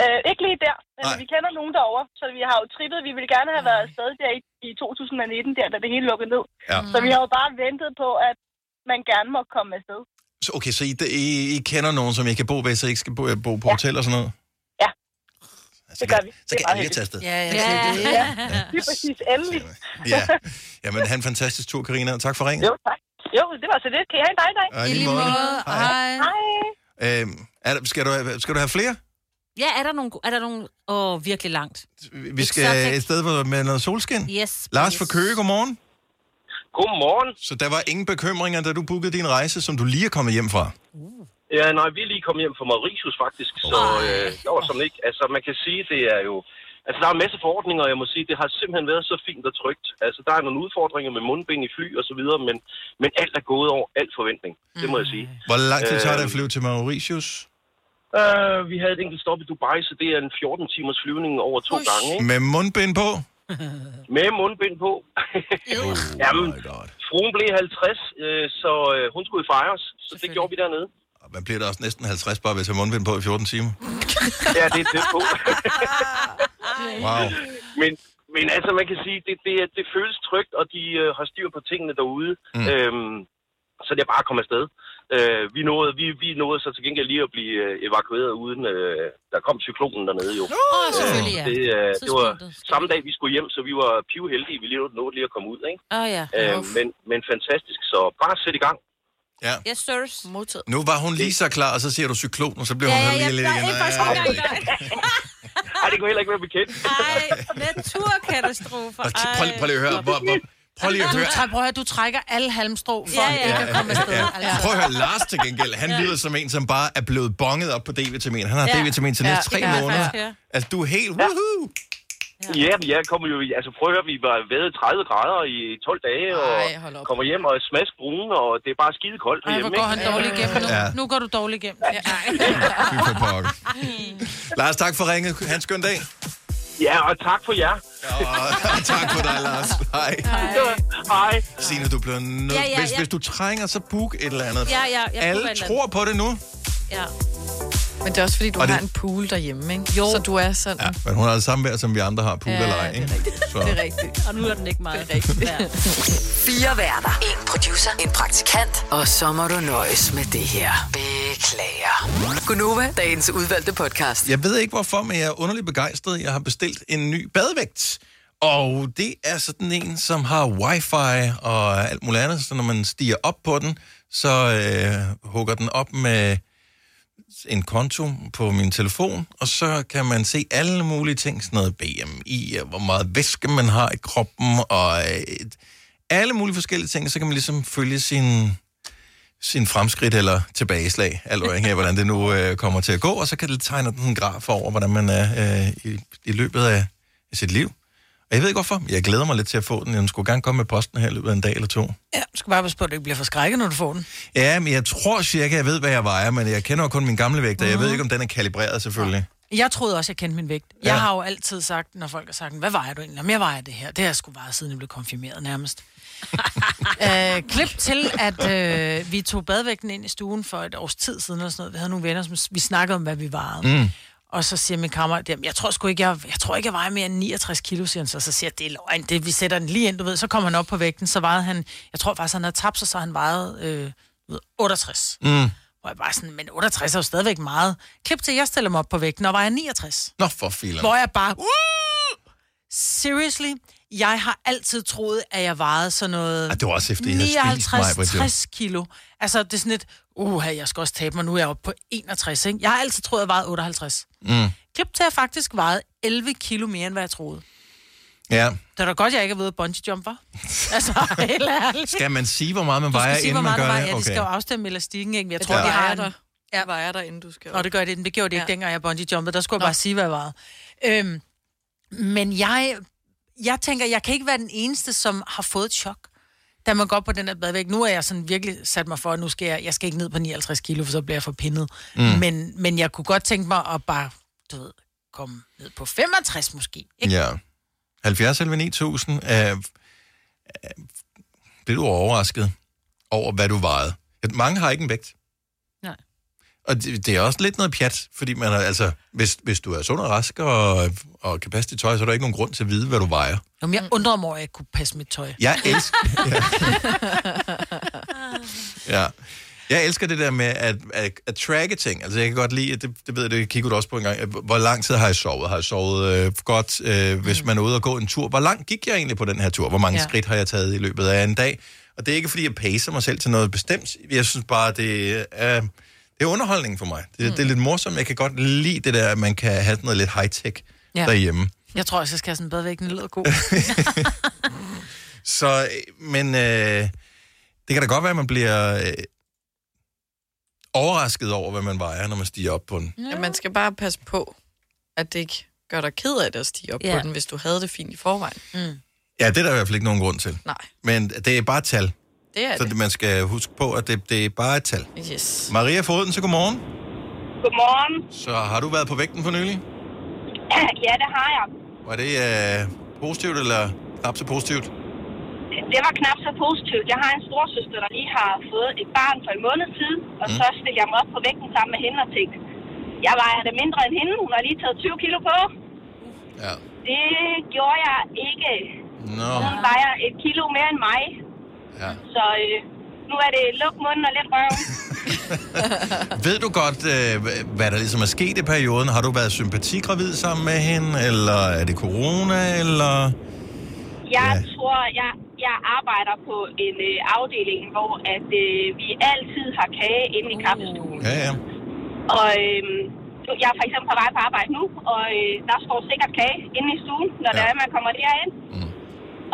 D: Øh, ikke lige der, men
A: Nej.
D: vi kender nogen derovre, så vi har jo trippet. Vi ville gerne have
F: Mm.
D: været afsted der i, i 2019, der, da det hele lukkede ned.
A: Ja.
D: Så vi har jo bare ventet på, at man gerne må komme afsted.
A: Så, okay, så I, I, I kender nogen, som I kan bo ved, så I ikke skal bo, bo på ja. hotel og sådan noget?
D: det gør vi.
A: Så kan alle lige tage afsted.
F: Ja,
D: ja.
F: det.
D: ja. Lige præcis, endelig.
A: Ja. Jamen, have en fantastisk tur, Karina. Tak for ringen.
D: Jo, tak. Jo, det var så det. Kan I have en dejlig dag?
A: Og i lige I lige måde. måde. Hej.
D: Hej.
A: Øhm, er der, skal, du, skal du have flere?
E: Ja, er der nogle... go- Er der nogle åh, virkelig langt.
A: Vi skal et sted hvor- med noget solskin.
E: Yes,
A: Lars
E: please.
A: fra Køge, godmorgen.
I: Godmorgen.
A: Så der var ingen bekymringer, da du bookede din rejse, som du lige er kommet hjem fra?
I: Ja, nej, vi er lige kommet hjem fra Mauritius faktisk, så øh, jeg var som ikke. Altså, man kan sige, det er jo... Altså, der er en masse forordninger, og jeg må sige, det har simpelthen været så fint og trygt. Altså, der er nogle udfordringer med mundbind i fly og så videre, men, men alt er gået over alt forventning. Det må jeg sige.
A: Mm. Hvor lang tid tager det
I: Øhm,
A: at flyve til Mauritius?
I: Øh, vi havde et enkelt stop i Dubai, så det er en 14-timers flyvning over to Ush. gange, ikke?
A: Med mundbind på?
I: Med mundbind på. oh Jamen, fruen blev 50, øh, så øh, hun skulle fejres, så det gjorde vi dernede.
A: Man bliver da også næsten 50 bare ved at tage mundbind på i 14 timer.
I: Ja, det er tæt på.
A: Wow.
I: men, men altså, man kan sige, det, det, er- det føles trygt, og de øh, har styr på tingene derude.
W: Mm.
I: Mm. Øhm, så det er bare at komme afsted. Øh, vi, nåede, vi, vi nåede så til gengæld lige at blive øh, evakueret, uden øh, der kom cyklonen dernede jo.
E: Åh, selvfølgelig, ja.
I: det, øh, det var samme dag, vi skulle hjem, så vi var pivheldige. Vi lige nåede- nåede lige at komme ud, ikke?
E: Åh, ja.
I: Øh,
E: Uf.
I: men, men fantastisk, så bare sæt i gang.
A: Ja.
E: Yes, sirs. Modtaget.
A: Nu var hun lige så klar, og så siger du cyklon, og så bliver
E: Ja,
A: hun
E: ja,
A: sådan
E: ja,
A: lige
E: der er
A: lidt...
E: ikke faktisk ikke engang
I: Ej, det kunne heller ikke være bekendt.
E: Ej, naturkatastrofer.
A: Og t- prøv, lige- prøv lige at høre, hvor, hvor, prøv lige at
F: Du,
A: høre.
F: træ, prøv at høre, du trækker alle halmstrå for, ja, ja.
A: Ja,
F: at kan komme afsted.
A: ja.
F: Altså.
A: Prøv at høre, Lars til gengæld, han lyder som en, som bare er blevet bonget op på D-vitamin. Han har
I: Ja.
A: D-vitamin til
I: Ja,
A: næste
I: det
A: tre
I: kan jeg
A: måneder.
I: faktisk høre.
A: Altså, du er helt... Woohoo!
I: Ja, men jeg kommer jo i, altså prøv at høre, vi var ved 30 grader i 12 dage, og kommer hjem og er smask brun, og det er bare skide koldt
F: Ej, hvor
I: herhjemme.
F: går han dårligt igennem nu.
A: Ja.
F: Nu går du dårligt igennem. Ja.
A: Fy for pokker. Lars, tak for ringet. Ha' en skøn dag.
I: Ja, og tak for jer.
A: Og tak for dig, Lars. Hej.
I: Hej.
A: Signe, du bliver nødt...
E: Ja,
A: Ja,
E: ja,
A: ja, hvis,
E: ja.
A: hvis du trænger, så book et eller andet.
G: Ja, ja, jeg booker et
A: Alle
G: eller
A: tror på det nu.
E: Ja.
G: Men det er også fordi, du
A: Og det-
G: har en pool derhjemme, ikke? Jo. Så du er sådan... Ja.
A: Men hun har det samme vejr, som vi andre har. Pool
G: Ja,
A: eller ej,
G: det er
A: ikke? Så.
G: Det er rigtigt.
E: Og nu er den ikke meget.
G: Det er rigtigt.
E: Ja.
B: Fire værter. En producer. En praktikant. Og så må du nøjes med det her. Beklager. Gunova, dagens udvalgte podcast.
A: Jeg ved ikke hvorfor, men jeg er underligt begejstret. Jeg har bestilt en ny badevægt. Og det er sådan en, som har wifi og alt muligt andet. Så når man stiger op på den, så øh, hugger den op med en konto på min telefon, og så kan man se alle mulige ting, sådan noget BMI, og hvor meget væske man har i kroppen, og øh, et, alle mulige forskellige ting, så kan man ligesom følge sin, sin fremskridt eller tilbageslag, alt afhængig af, hvordan det nu øh, kommer til at gå, og så kan det tegne den en graf over, hvordan man er øh, i, i løbet af, af sit liv. Og jeg ved ikke hvorfor, jeg glæder mig lidt til at få den. Den skulle gerne komme med posten her i løbet af en dag eller to.
F: ja, du skal bare passe på, at du ikke bliver forskrækket, når du får den.
A: Ja, men jeg tror cirka, jeg ved, hvad jeg vejer, men jeg kender jo kun min gamle vægt, og jeg
F: Mhm.
A: ved ikke, om den er kalibreret selvfølgelig.
F: Jeg troede også, jeg kendte min vægt. Jeg
A: Ja.
F: har jo altid sagt, når folk har sagt, hvad vejer du egentlig? Jamen, jeg vejer det her. Det har jeg sgu vejet, siden jeg blev konfirmeret nærmest. øh, klip til, at øh, vi tog badvægten ind i stuen for et års tid siden, eller sådan noget. vi havde nogle venner, som s- vi snakkede om, hvad vi vejede. Mm. Og så siger min kammerat, "Jamen, jeg tror sgu ikke, jeg, jeg, tror ikke, jeg vejer mere end 69 kilo, siger han så. Så siger jeg, det er løgn, det, vi sætter den lige ind, du ved. Så kom han op på vægten, så vejede han, jeg tror faktisk, han havde tabt sig, så han vejede øh, du ved, 68.
A: Mm.
F: Hvor jeg bare sådan, men 68 er jo stadigvejer meget. Klip til, jeg stiller mig op på vægten, og vejer 69.
A: Nå, for filan.
F: Hvor jeg bare... Uh! Seriously? Jeg har altid troet, at jeg vejede sådan noget...
A: Ej, det var også efter, I havde spist mig, Britt, jo.
F: 60 kilo. Altså, det er sådan et... Uha, jeg skal også tabe mig. Nu er jeg oppe på 61, ikke? Jeg har altid troet, at jeg vejede 58.
A: Mm.
F: Klip til, at jeg faktisk vejede 11 kilo mere, end hvad jeg troede.
A: Ja.
F: Det er da godt, jeg ikke er ved at bungee jump, var. Altså, helt ærligt.
A: Skal man sige, hvor meget man
F: Du skal
A: vejer,
F: sige, hvor
A: inden man
F: meget
A: gør
F: du vejer.
A: det?
F: Ja, de skal jo
A: Okay.
F: afstemme elastikken, ikke? Men Jeg
A: Ja,
F: tror,
A: det
F: de
A: vejer
F: har en...
G: der. Ja. Vejer der, inden du skal
F: Nå, det gør det. Men det gjorde det ikke, ja. dengang jeg bungee jumpede. Der skulle jeg bare sige, hvad jeg vejede. Øhm, men jeg, jeg tænker, jeg kan ikke være den eneste, som har fået et chok, da man går på den her badevæg. Nu er jeg sådan virkelig sat mig for, at nu skal jeg, jeg skal ikke ned på 59 kilo, for så bliver jeg for pindet.
K: Mm.
F: Mm. Men, men jeg kunne godt tænke mig at bare, du ved, komme ned på 65 måske.
A: Ja. 70 11 9000. Øh, øh, blev du overrasket over, hvad du vejede? At Mange har ikke en vægt.
E: Nej.
A: Og det, det er også lidt noget pjat, fordi man er, altså, hvis, hvis du er sund og rask og, og kan passe dit tøj, så er der ikke nogen grund til at vide, hvad du vejer.
F: Jamen, jeg undrer mig over, at jeg ikke kunne passe mit tøj.
A: Jeg elsker... Ja. Jeg elsker det der med at, at, at tracke ting. Altså, jeg kan godt lide, at det, det ved jeg, det kigger du også på en gang, at hvor lang tid har jeg sovet? Har jeg sovet øh, godt, øh, hvis man er ude og gå en tur? Hvor langt gik jeg egentlig på den her tur? Hvor mange
M: Ja.
A: ja. skridt har jeg taget i løbet af en dag? Og det er ikke, fordi jeg pacer mig selv til noget bestemt. Jeg synes bare, det er, det er underholdning for mig. Det, mm. det er lidt morsomt. Jeg kan godt lide det der, at man kan have sådan noget lidt high-tech ja. derhjemme.
F: Jeg tror også, jeg skal have sådan en badevæg, den lyder god.
A: Så, øh, men øh, det kan da godt være, at man bliver øh, overrasket over, hvad man vejer, når man stiger op på den.
G: Ja. man skal bare passe på, at det ikke gør dig ked af det at stige op ja.
A: Ja.
G: på den, hvis du havde det fint i forvejen. Mm.
A: Ja, det er der i hvert fald ikke nogen grund til.
G: Nej.
A: Men det er bare et tal.
G: Det er
A: så
G: det.
A: man skal huske på, at det, det er bare et tal.
G: Yes.
A: Maria Foden, så godmorgen.
U: Godmorgen.
A: Så har du været på vægten for nylig?
U: Ja, det har jeg.
A: Var det øh, positivt eller knap så positivt?
U: Det var knap så positivt. Jeg har en storsøster, der lige har fået et barn for en måned siden, og mm. så stillede jeg mig op på vægten sammen med hende og tænkte, jeg vejer da mindre end hende, hun har lige taget 20 kilo på.
A: Ja.
U: Det gjorde jeg ikke.
A: Nå.
U: Hun vejer et kilo mere end mig,
A: Ja.
U: så øh, nu er det luk munden og lidt røven.
A: Ved du godt, øh, hvad der ligesom er sket i perioden? Har du været sympatigravid sammen med hende, eller er det corona, eller...
U: Jeg tror, jeg, jeg arbejder på en øh, afdeling, hvor at øh, vi altid har kage inde i kaffestuen.
A: Mm. Ja, ja.
U: Og øh, jeg er for eksempel på vej på arbejde nu, og øh, der står sikkert kage inde i stuen, når ja. det er, man kommer derind. Mm.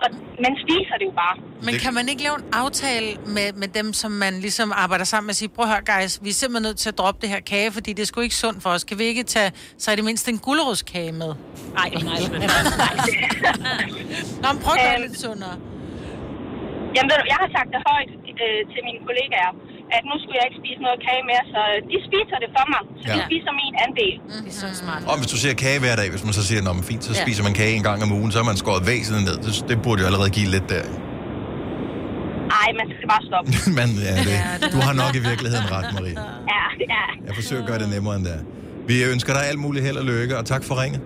U: Og man spiser det jo bare.
F: Men kan man ikke lave en aftale med, med dem, som man ligesom arbejder sammen med og sige, prøv at høre, guys, vi er simpelthen nødt til at droppe det her kage, fordi det er sgu ikke sundt for os. Kan vi ikke tage, så i det mindste en gulerodskage med? Ej, nej, nej. Nå, men prøv at gøre det lidt sundere.
U: øhm, Jamen ved du, jeg har sagt det højt øh, til mine kollegaer, at nu skulle jeg ikke spise noget kage mere, så de spiser det for mig. Så de
A: Ja.
U: spiser min andel. Det er så smart.
A: Og hvis du ser kage hver dag, hvis man så siger, at fint, så
U: Ja.
A: spiser man kage en gang om ugen, så har man skåret væsenet ned. Det, det burde jo allerede give lidt der.
U: Ej, man skal bare stoppe.
A: Men ja, det, du har nok i virkeligheden ret, Marie.
U: Ja, ja.
A: Jeg forsøger at gøre det nemmere end det er. Vi ønsker dig alt muligt held og lykke, og tak for ringet.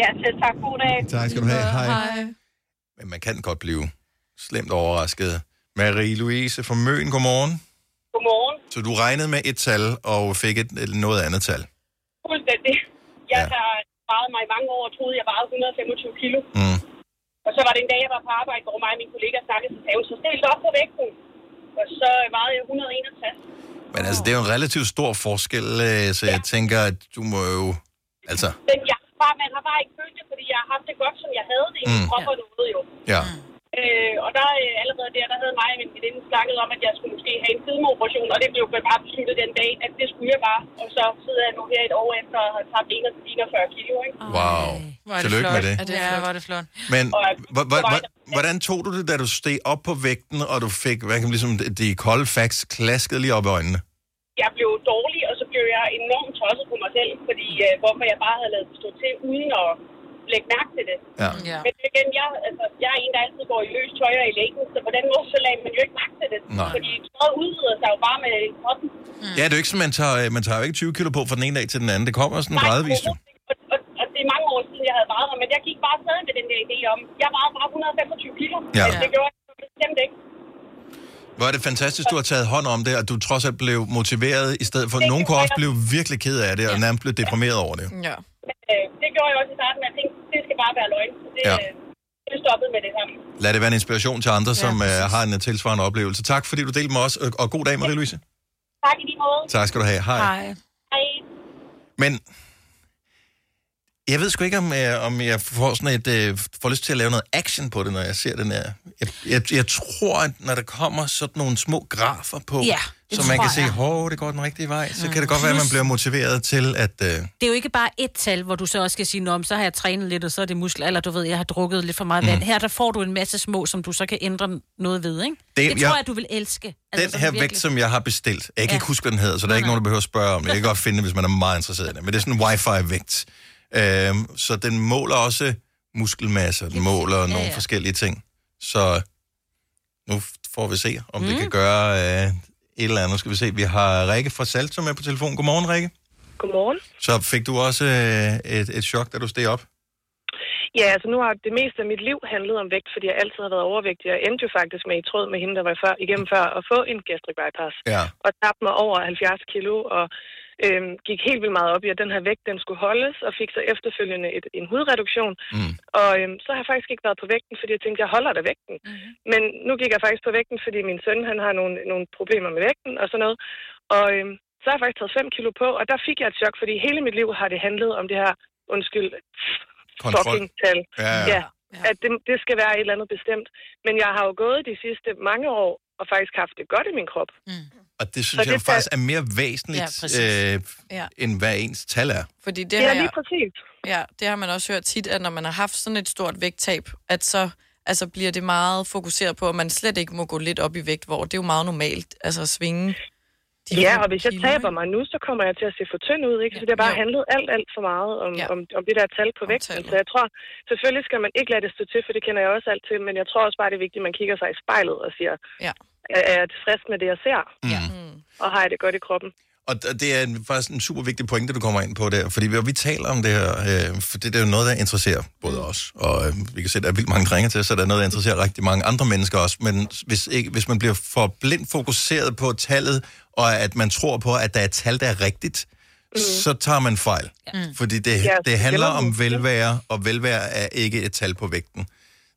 U: Ja, selv tak. God dag.
A: Tak skal du have. Hej. Men man kan godt blive slemt overrasket. Marie-Louise fra Møn, godmorgen.
W: Godmorgen.
A: Så du regnede med et tal, og fik et, et- noget andet tal.
W: Fuldstændig. Jeg
A: Ja.
W: har vejet mig i mange år og troede, jeg vejede 125 kilo. Mm. Og så var det en dag, jeg var på arbejde, hvor mig og mine kollegaer snakkede, så sagde hun, så stil dig op på vægten. Og så vejede jeg 161.
A: Men altså, det er jo en relativt stor forskel, øh, så jeg tænker, at du må jo... Altså,
W: Men jeg har bare, man har bare ikke følt det, fordi jeg har haft det godt, som jeg havde det i min
A: Mm.
W: krop og noget jo.
A: ja.
W: Øh, og der øh, allerede der, der havde mig og min veninde snakket om, at jeg skulle måske have en fedmeoperation, og det blev bare besluttet den dag, at det skulle jeg bare. Og så sidder jeg nu her et år efter og har tabt 41 kilo, ikke?
A: Ah. Wow. Tillykke med det.
F: Ja, hvor er det flot.
A: Men hvor- hvor- hvor- hvordan tog du det, da du steg op på vægten, og du fik, hvad kan man ligesom, de- de kolde facts klaskede lige op i øjnene?
W: jeg blev dårlig, og så blev jeg enormt tosset på mig selv, fordi øh, hvorfor jeg bare havde lavet det stå til, uden at lægge mærke til det.
A: Ja.
W: Ja. Men igen, jeg, altså, jeg er en, der altid går i løs tøj og i lægen, så på den måde, så lagde man jo ikke mærke til det.
A: Nej.
W: Fordi tøjet udvider sig jo bare med kroppen.
A: Ja, det er jo ikke, som man tager, øh, man tager jo ikke 20 kilo på fra den ene dag til den anden. Det kommer sådan gradvist jo.
W: Og det er mange år siden, jeg havde vejet mig, men jeg gik bare stadig med den der idé om, jeg vejede bare 125 kilo.
A: Ja.
W: Men det gjorde jeg bestemt ikke.
A: Hvor er det fantastisk, du har taget hånd om det, og du trods alt blev motiveret i stedet for... Nogen kunne også blive virkelig ked af det, og nærmest blev deprimeret over det.
G: Ja.
W: Men, øh, det gjorde jeg også i starten, men jeg tænkte, det skal bare være løgn. Så det,
A: Ja.
W: ja. det stoppede med det samme.
A: Lad det være en inspiration til andre, som øh, har en øh, tilsvarende oplevelse. Tak, fordi du delte med os, og- og god dag, Marie-Louise.
W: Tak i lige måde.
A: Tak skal du have. Hej.
W: Hej.
A: Men Jeg ved sgu ikke, om jeg, om jeg får, sådan et, øh, får lyst til at lave noget action på det, når jeg ser den her. Jeg, jeg, jeg tror, at når der kommer sådan nogle små grafer på,
E: Ja, det
A: så man kan
E: tror jeg.
A: se, at det går den rigtige vej, så kan det godt
E: Mm.
A: være, at man
E: Plus-
A: bliver motiveret til at... Øh,
E: Det er jo ikke bare et tal, hvor du så også skal sige, Nå, men så har jeg trænet lidt, og så er det muskler, eller du ved, jeg har drukket lidt for meget
A: Mhm.
E: vand. Her der får du en masse små, som du så kan ændre noget ved, ikke? Det, det tror jeg, du vil elske.
A: Altså, den
E: sådan
A: her
E: virkelig.
A: vægt, som jeg har bestilt, jeg kan
E: Ja.
A: ja. ikke huske, hvad den hedder, så der er ikke nogen, der behøver at spørge om det. Jeg kan godt finde det, hvis man er meget interesseret i det. Men det er sådan en wifi-vægt. Øhm, så den måler også muskelmasse, og den måler ja, nogle
E: ja.
A: forskellige ting. Så nu f- får vi se, om mm. det
K: Mm.
A: kan gøre øh, et eller andet. Nu skal vi se, vi har Rikke fra Salto med på telefon. Godmorgen, Rikke.
K: Godmorgen.
A: Så fik du også øh, et, et chok, da du steg op?
K: Ja, altså nu har det meste af mit liv handlet om vægt, fordi jeg altid har været overvægtig. Jeg endte jo faktisk med i tråd med hende, der var før, igennem før, at få en gastric bypass.
A: Ja.
K: Og tabte mig over 70 kilo, og øhm, gik helt vildt meget op i, at den her vægt, den skulle holdes, og fik så efterfølgende et, en hudreduktion.
A: Mm.
K: Og øhm, så har jeg faktisk ikke været på vægten, fordi jeg tænkte, jeg holder da vægten. Mm-hmm. Men nu gik jeg faktisk på vægten, fordi min søn, han har nogle, nogle problemer med vægten og sådan noget. Og øhm, så har jeg faktisk taget 5 kilo på, og der fik jeg et chok, fordi hele mit liv har det handlet om det her, undskyld,
A: Kontrol.
K: fucking tal.
A: Ja, ja.
K: ja. At det, det skal være et eller andet bestemt. Men jeg har jo gået de sidste mange år og faktisk haft det godt i min krop.
A: Og det
K: Så
A: synes så jeg
K: det
A: det
K: tal-
A: faktisk er mere
G: Ja,
A: væsentligt,
G: præcis.
A: ja, øh,
G: Ja.
A: end hvad ens tal er.
G: Fordi det
K: Ja,
G: har
K: lige
G: jeg,
K: præcis.
G: Ja, det har man også hørt tit, at når man har haft sådan et stort vægttab, at så altså, bliver det meget fokuseret på, at man slet ikke må gå lidt op i vægt, hvor det er jo meget normalt altså, at svinge. De
K: ja,
G: her
K: og hvis jeg
G: kilo,
K: taber mig nu, så kommer jeg til at se for tynd ud. Ikke? Så det har bare handlet alt, alt for meget om, ja. om, om det der tal på vægten. Så jeg tror, selvfølgelig skal man ikke lade det stå til, for det kender jeg også alt til. Men jeg tror også bare, det er vigtigt, at man kigger sig i spejlet og siger,
G: ja.
K: er jeg tilfreds med det, jeg ser?
A: Ja.
K: Og har jeg det godt i kroppen?
A: Og d- det er en- faktisk en super vigtig pointe, du kommer ind på der, fordi vi, vi taler om det her, øh, for det, det er jo noget, der interesserer både os, og øh, vi kan se, at der er vildt mange drenge til, så der er noget, der interesserer rigtig mange andre mennesker også, men s- hvis, ikke, hvis man bliver for blindt fokuseret på tallet, og at man tror på, at der er et tal, der er rigtigt, mm. så tager man fejl. Ja. Fordi det,
K: Ja,
A: det handler
K: eller-
A: om velvære, og velvære er ikke et tal på vægten.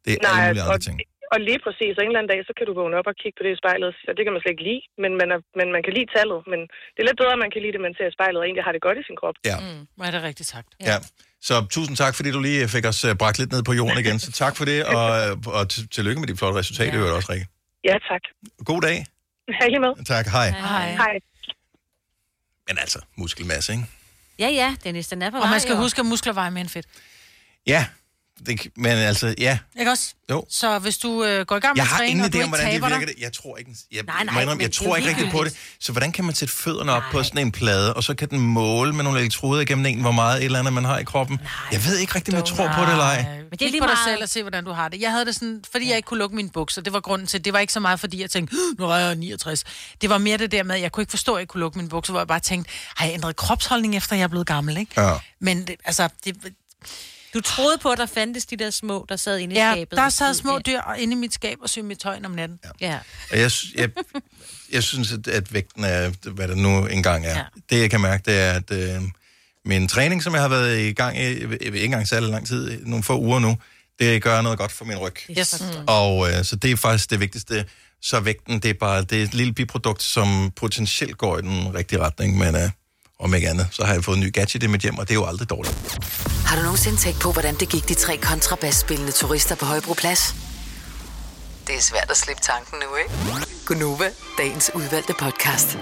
A: Det er alle mulige
K: og,
A: andre ting.
K: og lige præcis. Og en eller anden dag, så kan du vågne op og kigge på det i spejlet, og det kan man slet ikke lide, men man, er, men man kan lide tallet. Men det er lidt bedre, at man kan lide det, man ser i spejlet, og egentlig har det godt i sin krop.
A: Ja.
K: Mm.
F: Hvor er det rigtigt sagt.
A: Ja. Så tusind tak, fordi du lige fik os øh, bragt lidt ned på jorden igen. Så tak for det, og, øh, og t- tillykke med de flotte resultater, ja. det også, Rikke.
K: Ja, tak.
A: God dag.
K: Ha' I med.
A: Tak, hej.
E: Hej.
K: Hej.
A: Men altså, muskelmasse, ikke?
E: Ja, ja, Dennis, den er på
F: Og
E: vej,
F: man skal
E: jo.
F: huske, at muskler vejer mere end fedt.
A: Ja, det, kan- men altså, ja.
F: Ikke også?
A: Jo.
F: Så hvis du øh, går i gang med
A: Jeg
F: at
A: har ingen
F: træne, og du
A: idé om,
F: ikke
A: hvordan det
F: taber
A: virker.
F: dig...
A: Det. Jeg tror ikke, jeg,
F: Nej,
A: nej,
F: nej,
A: nej, indrømme,
F: men
A: jeg
F: det er
A: tror ikke rigtigt på det.
F: ligegyldigt.
A: Så hvordan kan man sætte fødderne op nej. på sådan en plade, og så kan den måle med nogle elektroder igennem en, hvor meget et eller andet man har i kroppen? Nej. Jeg ved ikke rigtigt, om jeg tror på det eller ej.
F: Men det er lige på dig selv og se, hvordan du har det. Jeg havde det sådan, fordi jeg ikke kunne lukke mine bukser. Det var grunden til, det var ikke så meget, fordi jeg tænkte, "Åh, nu er jeg 69. Det var mere det der med, at jeg kunne ikke forstå, at jeg ikke kunne lukke mine bukser, hvor jeg bare tænkte, har jeg ændret kropsholdning, efter jeg er blevet gammel, ikke?
A: Ja.
F: Men det, altså, det,
E: Du troede på, at der fandtes de der små, der sad inde i
F: ja,
E: skabet.
F: der sad små dyr inde i mit skab og syg mit tøj om natten.
E: Ja.
A: Og jeg, sy- jeg, jeg synes, at, at vægten er, hvad det nu engang er. Ja. Det, jeg kan mærke, det er, at øh, min træning, som jeg har været i gang i, øh, ikke engang særlig lang tid, nogle få uger nu, det gør noget godt for min ryg.
F: Yes.
A: Og øh, så det er faktisk det vigtigste. Så vægten, det er bare det er et lille biprodukt, som potentielt går i den rigtige retning, men øh, om ikke andet, så har jeg fået en ny gadget i mit hjem, og det er jo aldrig dårligt.
B: Har du nogensinde tænkt på, hvordan det gik de tre kontrabasspillende turister på Højbroplads? Det er svært at slippe tanken nu, ikke? Gunova, dagens udvalgte podcast.
A: Det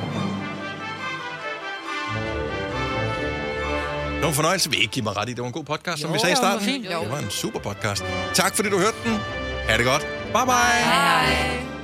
A: var en fornøjelse, vi ikke give mig ret i. Det var en god podcast, som
B: Jo,
A: vi sagde i
B: det var
A: starten.
B: fint. Jo.
A: Det var en super podcast. Tak fordi du hørte den. Ha' det godt. Bye bye.
H: Hej.